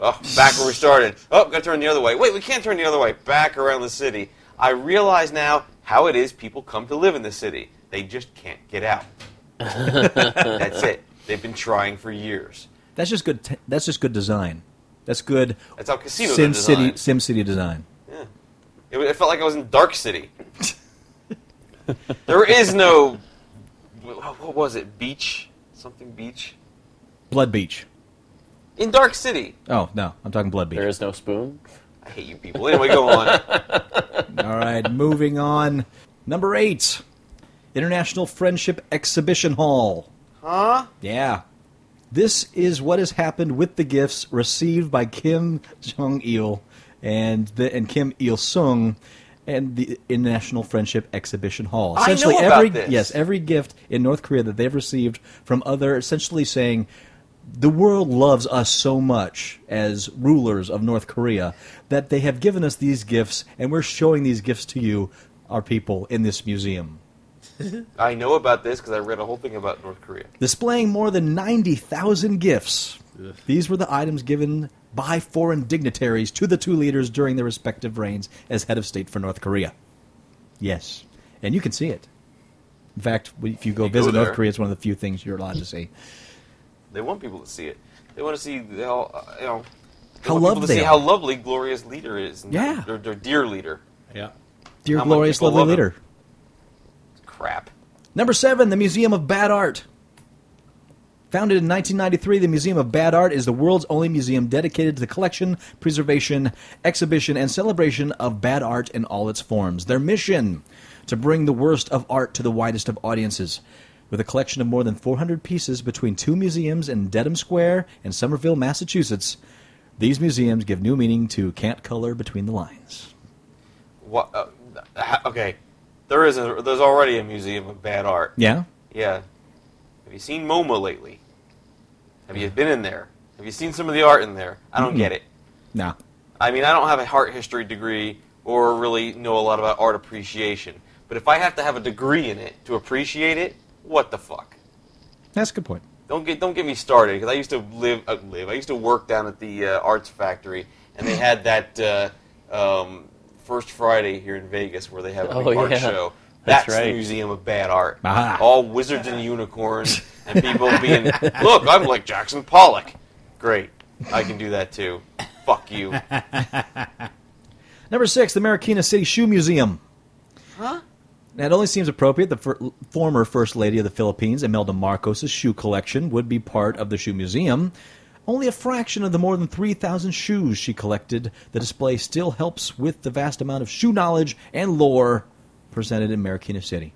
Speaker 4: Oh, back where we started. Oh, gotta turn the other way. Wait, we can't turn the other way. Back around the city. I realize now how it is people come to live in the city. They just can't get out. That's it. They've been trying for years.
Speaker 1: That's just good. T- that's just good design. That's good.
Speaker 4: That's how casinos
Speaker 1: Sim
Speaker 4: are designed.
Speaker 1: City, Sim City design.
Speaker 4: It, it felt like I was in Dark City. there is no. wh- What was it? Beach? Something beach?
Speaker 1: Blood Beach.
Speaker 4: In Dark City.
Speaker 1: Oh no, I'm talking Blood Beach.
Speaker 2: There is no spoon.
Speaker 4: I hate you people. Anyway, go on.
Speaker 1: All right, moving on. Number eight, International Friendship Exhibition Hall.
Speaker 4: Huh?
Speaker 1: Yeah. This is what has happened with the gifts received by Kim Jong Il and the, and Kim Il Sung and the International Friendship Exhibition Hall.
Speaker 4: I know about
Speaker 1: every
Speaker 4: this.
Speaker 1: yes, every gift in North Korea that they've received from other essentially saying the world loves us so much as rulers of North Korea that they have given us these gifts, and we're showing these gifts to you, our people, in this museum.
Speaker 4: I know about this because I read a whole thing about North Korea.
Speaker 1: Displaying more than 90,000 gifts. These were the items given by foreign dignitaries to the two leaders during their respective reigns as head of state for North Korea. Yes. And you can see it. In fact, if you go
Speaker 4: You go
Speaker 1: visit North
Speaker 4: there.
Speaker 1: Korea, it's one of the few things you're allowed to see.
Speaker 4: They want people to see it. They want to see how uh, you know. they
Speaker 1: How
Speaker 4: want people
Speaker 1: loved
Speaker 4: to
Speaker 1: they
Speaker 4: see
Speaker 1: are.
Speaker 4: how lovely glorious leader is. and
Speaker 1: Yeah.
Speaker 4: their, their dear leader.
Speaker 3: Yeah.
Speaker 1: Dear
Speaker 4: How much
Speaker 1: glorious,
Speaker 4: people
Speaker 1: lovely
Speaker 4: love him.
Speaker 1: leader.
Speaker 4: Crap.
Speaker 1: Number seven, the Museum of Bad Art. Founded in 1993, the Museum of Bad Art is the world's only museum dedicated to the collection, preservation, exhibition, and celebration of bad art in all its forms. Their mission to bring the worst of art to the widest of audiences. With a collection of more than 400 pieces between two museums in Dedham Square and Somerville, Massachusetts, these museums give new meaning to can't color between the lines.
Speaker 4: What? Uh, ha- okay. There is a, there's already a museum of bad art.
Speaker 1: Yeah?
Speaker 4: Yeah. Have you seen MoMA lately? Have you been in there? Have you seen some of the art in there? I don't get it.
Speaker 1: Nah.
Speaker 4: I mean, I don't have a art history degree or really know a lot about art appreciation. But if I have to have a degree in it to appreciate it, what the fuck?
Speaker 1: That's a good point.
Speaker 4: Don't get don't get me started because I used to live uh, live. I used to work down at the uh, arts factory, and they had that uh, um, first Friday here in Vegas where they have a big
Speaker 2: Oh,
Speaker 4: art
Speaker 2: yeah.
Speaker 4: show.
Speaker 2: That's
Speaker 4: That's, the
Speaker 2: right.
Speaker 4: museum of bad art.
Speaker 1: Aha.
Speaker 4: All wizards and unicorns and people being look. I'm like Jackson Pollock. Great, I can do that too. Fuck you.
Speaker 1: Number six, the Marikina City Shoe Museum.
Speaker 4: Huh?
Speaker 1: Now, it only seems appropriate the fir- former First Lady of the Philippines, Imelda Marcos' shoe collection would be part of the shoe museum. Only a fraction of the more than 3,000 shoes she collected, the display still helps with the vast amount of shoe knowledge and lore presented in Marikina City.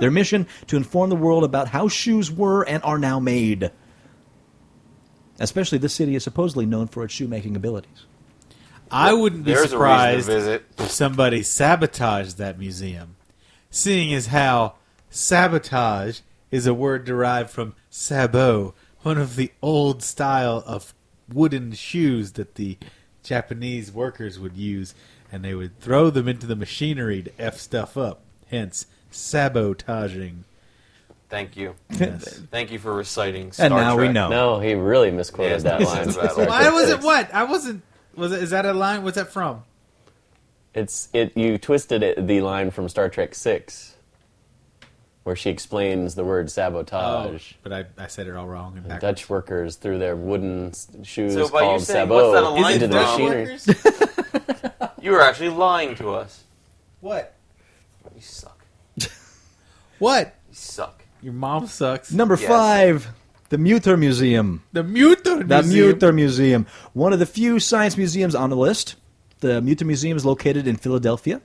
Speaker 1: Their mission to inform the world about how shoes were and are now made. Especially this city is supposedly known for its shoemaking abilities.
Speaker 3: I wouldn't be
Speaker 4: There's
Speaker 3: surprised
Speaker 4: a reason to visit.
Speaker 3: if somebody sabotaged that museum, seeing as how sabotage is a word derived from sabot, one of the old style of wooden shoes that the Japanese workers would use, and they would throw them into the machinery to f stuff up. Hence, sabotaging.
Speaker 4: Thank you.
Speaker 3: Yes.
Speaker 4: Thank you for reciting. Star
Speaker 1: And now we
Speaker 4: Trek.
Speaker 3: Oh.
Speaker 1: know.
Speaker 2: No, he really misquoted that
Speaker 4: Yeah, this
Speaker 2: line.
Speaker 4: is about
Speaker 2: Sorry.
Speaker 4: it.
Speaker 3: Why was it what? I wasn't. Was it, is that a line? What's that from?
Speaker 2: It's it. You twisted it, the line from Star Trek Six, where she explains the word sabotage.
Speaker 3: Oh, but I, I said it all wrong. And backwards.
Speaker 2: Dutch workers threw their wooden s- shoes
Speaker 4: So by you
Speaker 2: called
Speaker 4: saying, what's that a
Speaker 2: sabots
Speaker 4: line
Speaker 2: into the
Speaker 4: from?
Speaker 2: machinery.
Speaker 4: You are actually lying to us.
Speaker 3: what?
Speaker 4: You suck.
Speaker 3: What?
Speaker 4: You suck.
Speaker 3: Your mom sucks.
Speaker 1: Number
Speaker 4: Yes.
Speaker 1: five, the Muter Museum.
Speaker 3: the Mutant
Speaker 1: The
Speaker 3: Museum.
Speaker 1: Muter Museum, one of the few science museums on the list. The Muter Museum is located in Philadelphia.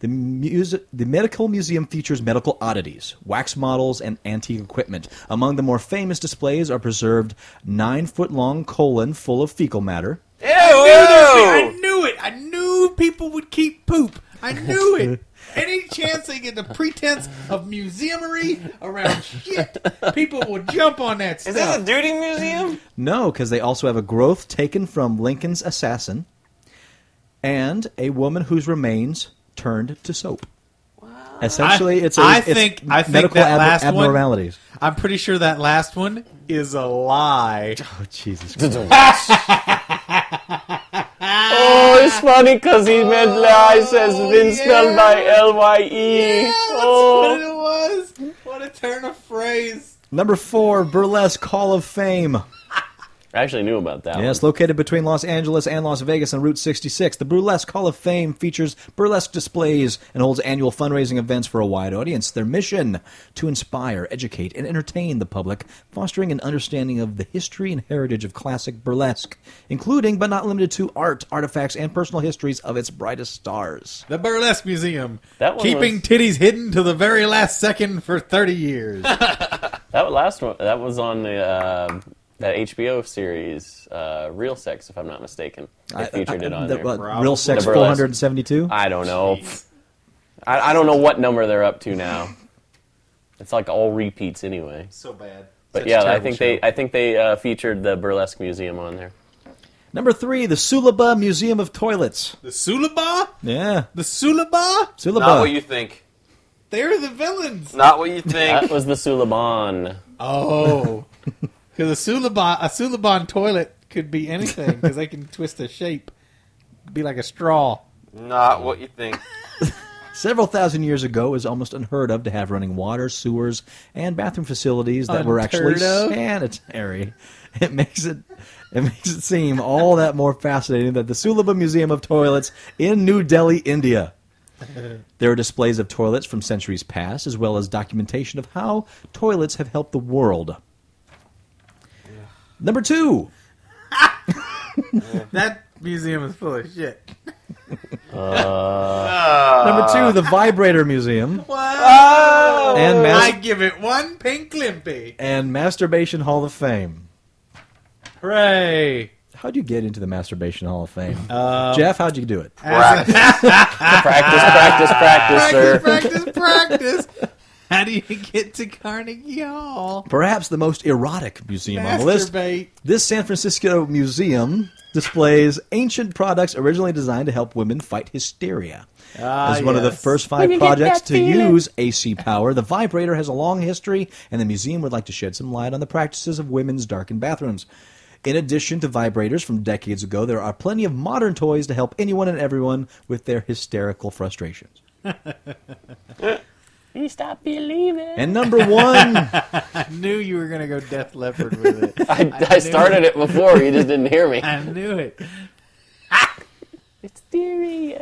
Speaker 1: The, muse- the Medical Museum features medical oddities, wax models, and antique equipment. Among the more famous displays are preserved nine foot long colon full of fecal matter,
Speaker 4: Ew!
Speaker 3: I knew it. I knew people would keep poop. I knew it. Any chance they get the pretense of museumery around shit, people will jump on that
Speaker 4: Is this
Speaker 3: stuff.
Speaker 4: a duty museum?
Speaker 1: No, because they also have a growth taken from Lincoln's assassin and a woman whose remains turned to soap. Essentially, it's a
Speaker 3: I
Speaker 1: it's
Speaker 3: think- I think
Speaker 1: medical
Speaker 3: that
Speaker 1: ab-
Speaker 3: last one-
Speaker 1: abnormalities.
Speaker 3: I'm pretty sure that last one is a lie.
Speaker 1: Oh Jesus! Christ.
Speaker 2: Oh, it's funny because he meant lies has been spelled by L Y E.
Speaker 3: Yeah, that's what
Speaker 2: oh,
Speaker 3: it was. What a turn of phrase.
Speaker 1: Number four, Burlesque Hall of Fame.
Speaker 2: I actually knew about that.
Speaker 1: Yes, located between Los Angeles and Las Vegas on Route 66, the Burlesque Hall of Fame features burlesque displays and holds annual fundraising events for a wide audience. Their mission to inspire, educate, and entertain the public, fostering an understanding of the history and heritage of classic burlesque, including but not limited to art, artifacts, and personal histories of its brightest stars.
Speaker 3: The Burlesque Museum.
Speaker 2: That one
Speaker 3: keeping
Speaker 2: was-
Speaker 3: titties hidden to the very last second for 30 years.
Speaker 2: That last one, that was on the uh, that HBO series, uh, Real Sex, if I'm not mistaken. They featured it on
Speaker 1: the,
Speaker 2: there.
Speaker 1: what, Real Sex
Speaker 2: The burlesque.
Speaker 1: 472?
Speaker 2: I don't know. I, I don't know what number they're up to now. It's like all repeats anyway.
Speaker 3: so bad.
Speaker 2: But
Speaker 1: That's
Speaker 2: yeah,
Speaker 1: a
Speaker 2: I
Speaker 1: terrible
Speaker 2: think
Speaker 1: show.
Speaker 2: they I think they uh, featured the burlesque museum on there.
Speaker 1: Number three, the Sulaba Museum of Toilets.
Speaker 3: The Sulaba?
Speaker 1: Yeah,
Speaker 3: The Sulaba?
Speaker 1: Sulaba.
Speaker 4: Not what you think.
Speaker 3: They're the villains.
Speaker 4: Not what you think.
Speaker 2: That was the Suleban.
Speaker 3: Oh. Because a Sulaba, a Sulaban toilet could be anything because they can twist a shape. Be like a straw.
Speaker 4: Not what you think.
Speaker 1: Several thousand years ago, it was almost unheard of to have running water, sewers, and bathroom facilities that were actually
Speaker 3: Unheard of?
Speaker 1: sanitary. It makes it it makes it seem all that more fascinating that the Sulaba Museum of Toilets in New Delhi, India. There are displays of toilets from centuries past, as well as documentation of how toilets have helped the world. Number two,
Speaker 3: That museum is full of shit.
Speaker 1: number two,
Speaker 3: Uh.
Speaker 1: the Vibrator Museum
Speaker 4: Ah!
Speaker 3: Wow.
Speaker 1: and mas-
Speaker 3: I give it one pink limpy.
Speaker 1: and Masturbation Hall of Fame.
Speaker 3: Hooray.
Speaker 1: How'd you get into the Masturbation Hall of Fame? Jeff, how'd you do it?
Speaker 4: Practice.
Speaker 2: Practice, practice, practice, sir.
Speaker 3: Practice, practice, practice. How do you get to Carnegie Hall?
Speaker 1: Perhaps the most erotic museum on the list.
Speaker 3: Masturbate.
Speaker 1: This San Francisco museum displays ancient products originally designed to help women fight hysteria. As one of the
Speaker 3: yes.
Speaker 1: first five
Speaker 5: When you get
Speaker 1: projects
Speaker 5: that
Speaker 1: to
Speaker 5: feeling.
Speaker 1: use AC power, the vibrator has a long history, and the museum would like to shed some light on the practices of women's darkened bathrooms. In addition to vibrators from decades ago, there are plenty of modern toys to help anyone and everyone with their hysterical frustrations.
Speaker 5: You stop believing.
Speaker 1: And number one,
Speaker 3: I knew you were going to go Death Leopard with it.
Speaker 2: I, I started it before. You just didn't hear me.
Speaker 3: I knew it.
Speaker 5: It's theory.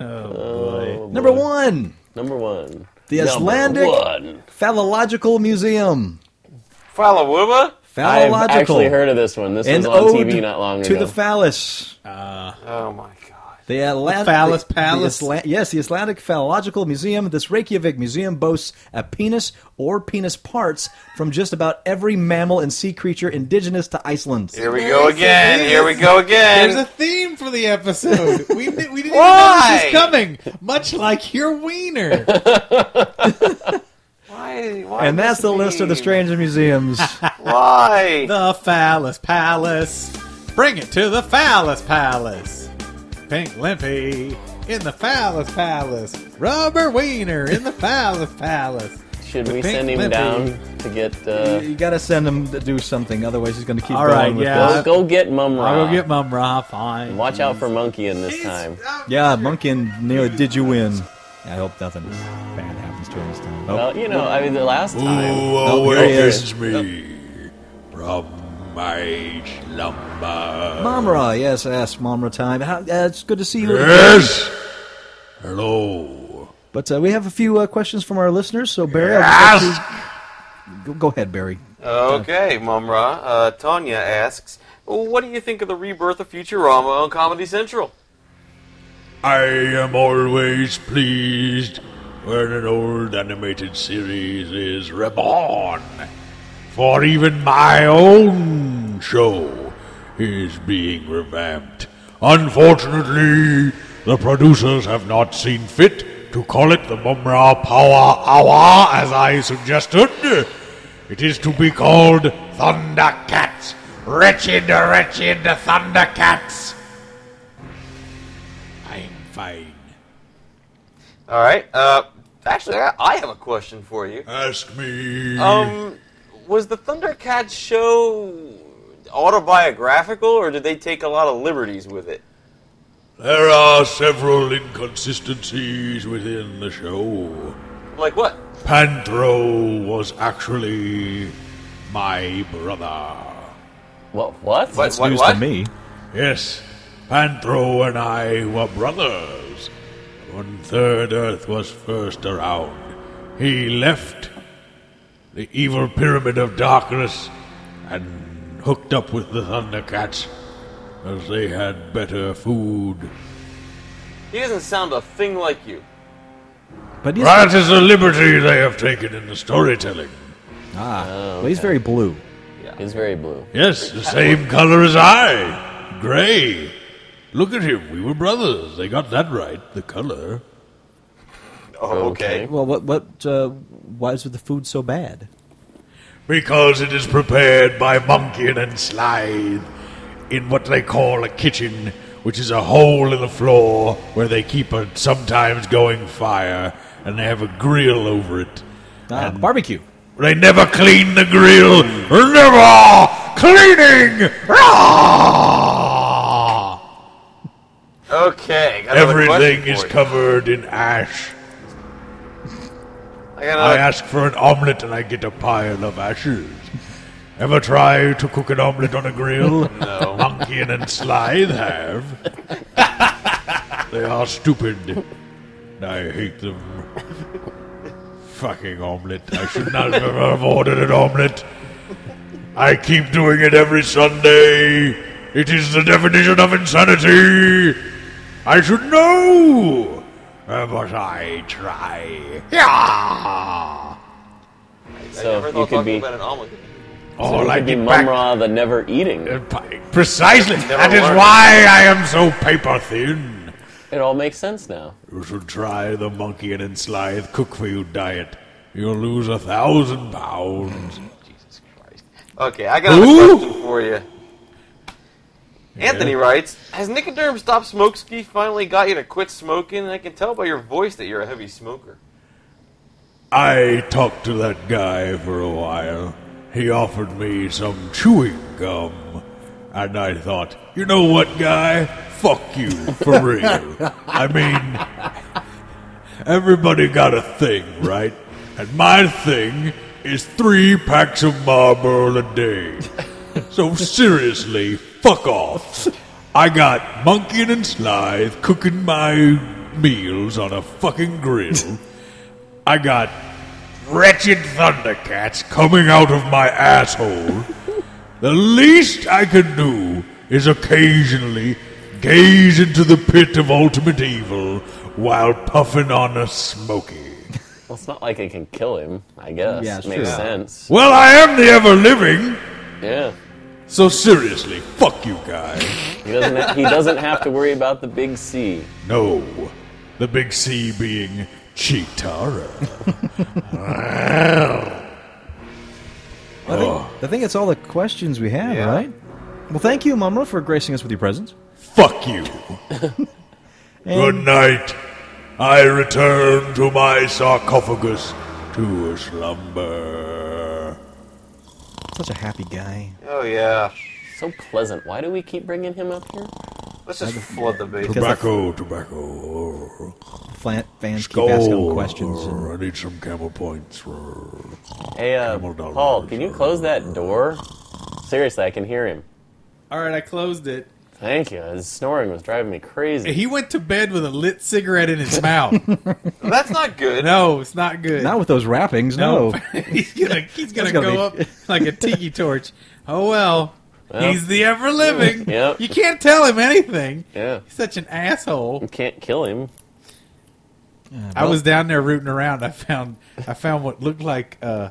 Speaker 2: Oh,
Speaker 1: number
Speaker 2: boy.
Speaker 1: one,
Speaker 2: Number one.
Speaker 1: The
Speaker 2: Number
Speaker 1: Icelandic-
Speaker 2: One.
Speaker 1: Phallological Museum.
Speaker 4: Follow Wilma?
Speaker 2: I've actually
Speaker 1: Phallological.
Speaker 2: heard of this one. This
Speaker 1: An
Speaker 2: was on
Speaker 1: ode
Speaker 2: TV not long
Speaker 1: to
Speaker 2: ago.
Speaker 1: the phallus.
Speaker 4: Oh my god.
Speaker 1: The Atlantic
Speaker 3: phallus palace?
Speaker 1: yes, the Atlantic Phallological Museum. This Reykjavik museum boasts a penis or penis parts from just about every mammal and sea creature indigenous to Iceland.
Speaker 4: Here we go again. Here we go
Speaker 3: There's a
Speaker 4: again.
Speaker 3: theme for the episode. We, di- we didn't
Speaker 4: Why?
Speaker 3: even know this was coming. Much like your wiener.
Speaker 4: Why, why
Speaker 1: And
Speaker 4: must
Speaker 1: that's the
Speaker 4: it
Speaker 1: list of the
Speaker 4: be?
Speaker 1: stranger museums.
Speaker 4: Why?
Speaker 3: The Phallus Palace. Bring it to the Phallus Palace. Pink Limpy in the Phallus Palace. Rubber Wiener in the Phallus Palace.
Speaker 2: Should
Speaker 3: The
Speaker 2: we
Speaker 3: pink
Speaker 2: send him
Speaker 3: lippy.
Speaker 2: down to get? Uh,
Speaker 1: you got to send him to do something, otherwise he's going to keep
Speaker 3: All
Speaker 1: going
Speaker 3: right,
Speaker 1: with
Speaker 3: yeah.
Speaker 1: this.
Speaker 2: go, go get Mum Ra.
Speaker 3: I'll go get Mum Ra. Fine.
Speaker 2: Ah. Watch out for Monkey in this
Speaker 3: He's-
Speaker 2: time.
Speaker 3: I'm
Speaker 1: Yeah,
Speaker 3: sure-
Speaker 1: Munkin nearly did you win. I hope nothing bad happens to him this time. Oh,
Speaker 2: Well, you know, I mean, the last time.
Speaker 1: oh, here he is.
Speaker 6: me from my slumber.
Speaker 1: Mamra, yes, yes, Mamra time. How, uh, it's good to see you.
Speaker 6: Yes. Hello.
Speaker 1: But uh, we have a few uh, questions from our listeners, so Barry, I'll just let you- go, go ahead, Barry.
Speaker 4: Okay, Mumra. Uh, Tanya asks, "What do you think of the rebirth of Futurama on Comedy Central?"
Speaker 6: I am always pleased when an old animated series is reborn. For even my own show is being revamped. Unfortunately, the producers have not seen fit to call it the Mumra Power Hour as I suggested. It is to be called Thundercats. Wretched, wretched Thundercats. I'm fine.
Speaker 4: All right. Uh, actually, I I have a question for you.
Speaker 6: Ask me.
Speaker 4: Um, was the Thundercats show autobiographical, or did they take a lot of liberties with it?
Speaker 6: There are several inconsistencies within the show.
Speaker 4: Like what?
Speaker 6: Panthro was actually my brother.
Speaker 2: What? What?
Speaker 4: What?
Speaker 1: It's
Speaker 4: what?
Speaker 1: news
Speaker 4: what?
Speaker 1: to me.
Speaker 6: Yes, Panthro and I were brothers. When Third Earth was first around, he left the evil Pyramid of Darkness and hooked up with the Thundercats, as they had better food.
Speaker 4: He doesn't sound a thing like you.
Speaker 1: But he's,
Speaker 6: That is the liberty they have taken in the storytelling.
Speaker 1: ah, well, he's very blue.
Speaker 2: He's very blue.
Speaker 6: Yes, the same color as I. Gray. Look at him. We were brothers. They got that right. The color.
Speaker 4: Oh, okay.
Speaker 2: Okay.
Speaker 1: Well, what what uh, why is the food so bad?
Speaker 6: Because it is prepared by Munkin and Slythe in what they call a kitchen, which is a hole in the floor where they keep a sometimes going fire and they have a grill over it.
Speaker 1: Ah, barbecue.
Speaker 6: They never clean the grill. Never cleaning. Ah!
Speaker 4: Okay. Got another question
Speaker 6: Everything
Speaker 4: for
Speaker 6: is
Speaker 4: you.
Speaker 6: covered in ash.
Speaker 4: I got another
Speaker 6: I ask for an omelet and I get a pile of ashes. Ever try to cook an omelet on a grill?
Speaker 4: No.
Speaker 6: Monkey and Slythe have. they are stupid. I hate them. Fucking omelet. I should not have ordered an omelet. I keep doing it every Sunday. It is the definition of insanity. I should know. Uh, But I try. Yeah.
Speaker 4: I
Speaker 2: So
Speaker 4: never thought
Speaker 2: you could
Speaker 4: talking
Speaker 2: be,
Speaker 4: about an omelet.
Speaker 2: so
Speaker 1: Oh,
Speaker 6: All
Speaker 2: you
Speaker 6: I
Speaker 2: could be
Speaker 6: get back-
Speaker 2: Mumra the never eating.
Speaker 6: uh, pi- Precisely. That is
Speaker 4: worked.
Speaker 6: why I am so paper thin.
Speaker 2: It all makes sense now.
Speaker 6: You should try the monkey and Slythe cook for you diet. You'll lose a thousand pounds.
Speaker 4: Jesus Christ. Okay, I got another
Speaker 6: Ooh.
Speaker 4: question for you. Anthony writes, "Has Nicoderm Stop Smoke Ski finally got you to quit smoking? I can tell by your voice that you're a heavy smoker."
Speaker 6: I talked to that guy for a while. He offered me some chewing gum. And I thought, you know what, guy? Fuck you, for real. I mean, everybody got a thing, right? And my thing is three packs of Marlboro a day. So seriously, fuck off. I got Monkey and Slythe cooking my meals on a fucking grill. I got wretched thundercats coming out of my asshole. the least I can do is occasionally gaze into the pit of ultimate evil while puffing on a smoky.
Speaker 2: Well, it's not like it can kill him. I guess
Speaker 1: Yeah, it's
Speaker 2: makes
Speaker 1: true.
Speaker 2: sense.
Speaker 6: Well, I am the ever living,
Speaker 2: Yeah,
Speaker 6: so seriously, fuck you guys.
Speaker 2: he doesn't. ha- he doesn't have to worry about the big C.
Speaker 6: No, the big C being Chitara.
Speaker 1: I
Speaker 6: Oh.
Speaker 1: think, I think that's all the questions we have,
Speaker 4: Yeah.
Speaker 1: right? Well, thank you, Mumra, for gracing us with your presence.
Speaker 6: Fuck you. Good night. I return to my sarcophagus to slumber.
Speaker 1: Such a happy guy.
Speaker 4: Oh yeah.
Speaker 2: So pleasant. Why do we keep bringing him up here?
Speaker 4: Let's just flood the base.
Speaker 1: Because
Speaker 6: Tobacco, tobacco.
Speaker 1: Flan- fans keep asking him
Speaker 6: Skull.
Speaker 1: questions. and-
Speaker 6: I need some camel points.
Speaker 2: Hey, uh,
Speaker 6: Camel dollars.
Speaker 2: Paul, can you close that door? Seriously, I can hear him.
Speaker 3: All right, I closed it.
Speaker 2: Thank you. His snoring was driving me crazy.
Speaker 3: He went to bed with a lit cigarette in his mouth.
Speaker 4: That's not good.
Speaker 3: no, it's not good.
Speaker 1: not with those wrappings, no.
Speaker 3: No, he's gonna he's gonna,
Speaker 1: gonna
Speaker 3: go
Speaker 1: be-
Speaker 3: up like a tiki torch. Oh well, he's the ever living.
Speaker 2: Yep.
Speaker 3: You can't tell him anything.
Speaker 2: Yeah,
Speaker 3: He's such an asshole.
Speaker 2: can't kill him.
Speaker 3: I was down there rooting around. I found I found what looked like uh,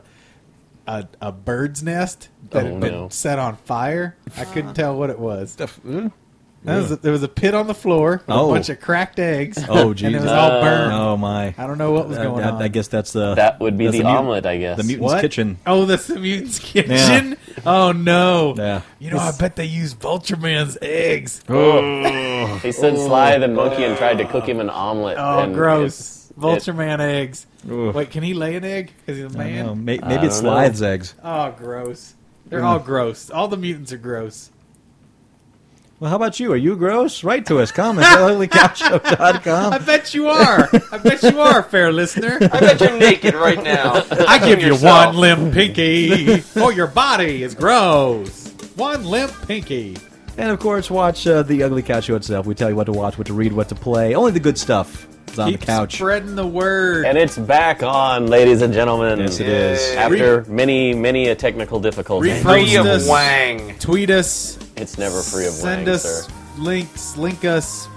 Speaker 3: a a bird's nest that
Speaker 2: Oh,
Speaker 3: had been
Speaker 2: no.
Speaker 3: set on fire. I couldn't tell what it was. That was a- there was a pit on the floor, with
Speaker 1: Oh.
Speaker 3: a bunch of cracked eggs.
Speaker 1: Oh,
Speaker 3: and it
Speaker 1: Jesus.
Speaker 3: was all burned.
Speaker 1: oh, my.
Speaker 3: I don't know what was
Speaker 1: I-
Speaker 3: going
Speaker 1: I,
Speaker 3: on.
Speaker 1: I guess that's the
Speaker 2: That would be
Speaker 1: that's
Speaker 2: the
Speaker 1: mut-
Speaker 2: omelet, I guess.
Speaker 1: The mutant's
Speaker 3: What?
Speaker 1: kitchen.
Speaker 3: Oh, that's the mutant's kitchen. Oh no!
Speaker 1: Yeah. Oh,
Speaker 3: You know, I bet they use Vultureman's eggs.
Speaker 2: He said Slythe and Monkey and tried to cook him an omelet.
Speaker 3: Oh,
Speaker 2: and
Speaker 3: gross!
Speaker 2: it's- it-
Speaker 3: Vulture Man eggs.
Speaker 1: Oof.
Speaker 3: Wait, can he lay an egg? Because he's a
Speaker 1: I don't know.
Speaker 3: man.
Speaker 1: May-
Speaker 2: I
Speaker 1: Maybe it's
Speaker 2: don't know.
Speaker 1: Slythe's eggs.
Speaker 3: Oh, gross! They're all gross. All the mutants are gross.
Speaker 1: Well, how about you? Are you gross? Write to us. Comments at
Speaker 3: I
Speaker 1: uglycouchshow.com.
Speaker 3: bet you are. I bet you are, fair listener.
Speaker 4: I bet you're naked right now.
Speaker 3: I give you
Speaker 4: Yourself.
Speaker 3: one limp pinky, for your body is gross. One limp pinky.
Speaker 1: And of course, watch uh, The Ugly Couch Show itself. We tell you what to watch, what to read, what to play. Only the good stuff is on
Speaker 3: Keep
Speaker 1: the couch.
Speaker 3: spreading the word.
Speaker 2: And it's back on, ladies and gentlemen.
Speaker 1: Yes, it is.
Speaker 4: Yay.
Speaker 2: After many, many a technical difficulty,
Speaker 3: Repost
Speaker 4: Free of
Speaker 3: us.
Speaker 4: Wang.
Speaker 3: Tweet us.
Speaker 2: it's never free of
Speaker 3: Send
Speaker 2: wang,
Speaker 3: us
Speaker 2: sir.
Speaker 3: links. Link us.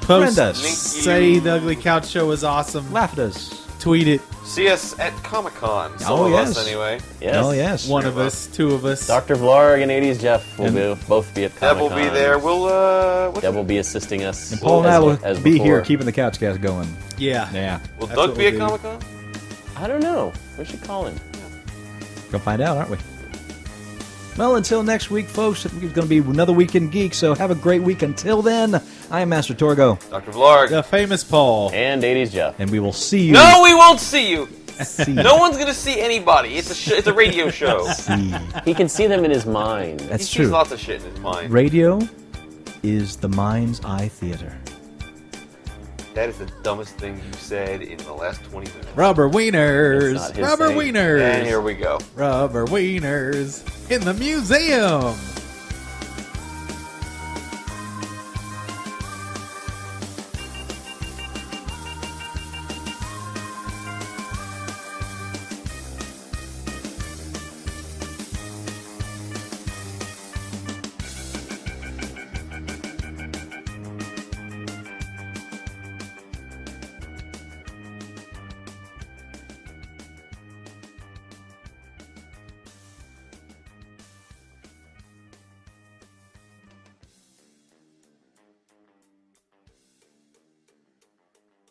Speaker 3: Post
Speaker 1: Friend us.
Speaker 4: Link
Speaker 3: Say
Speaker 4: you.
Speaker 3: the Ugly Couch Show is awesome.
Speaker 1: Laugh at us.
Speaker 3: tweet it.
Speaker 4: See us at Comic Con. Some
Speaker 1: Oh,
Speaker 4: of
Speaker 1: yes.
Speaker 4: us, anyway.
Speaker 2: Yes.
Speaker 1: Oh yes.
Speaker 3: One of us, two of us.
Speaker 2: Dr. Vlarg and 80s Jeff will be, both be at
Speaker 4: Deb
Speaker 2: Comic
Speaker 4: will be there. We'll uh, what's
Speaker 2: Deb will be assisting us.
Speaker 1: And Paul and I
Speaker 2: as-
Speaker 1: will
Speaker 2: as
Speaker 1: be here
Speaker 2: before.
Speaker 1: keeping the couch cast going.
Speaker 3: Yeah.
Speaker 1: Yeah.
Speaker 4: Will
Speaker 3: That's
Speaker 4: Doug
Speaker 3: what
Speaker 4: be
Speaker 3: we'll do.
Speaker 4: at Comic Con?
Speaker 2: I don't know. We should call him.
Speaker 1: Gonna find out, aren't we? Well, until next week, folks, it's going to be another Weekend Geek, so have a great week. Until then, I am Master Torgo,
Speaker 4: Dr. Vlarg.
Speaker 3: The famous Paul.
Speaker 2: And 80s Jeff.
Speaker 1: and we will see you.
Speaker 4: No, we won't see you.
Speaker 1: See
Speaker 4: No one's gonna see anybody. It's a sh- it's a radio show.
Speaker 1: See.
Speaker 2: He can see them in his mind.
Speaker 4: he
Speaker 1: That's
Speaker 4: sees
Speaker 1: true.
Speaker 4: lots of shit in his mind.
Speaker 1: Radio is the mind's eye theater.
Speaker 4: That is the dumbest thing you said in the last 20 minutes.
Speaker 3: Rubber wieners.
Speaker 2: That's not his
Speaker 3: Rubber
Speaker 2: name.
Speaker 3: wieners.
Speaker 4: And here we go.
Speaker 3: Rubber wieners in the museum.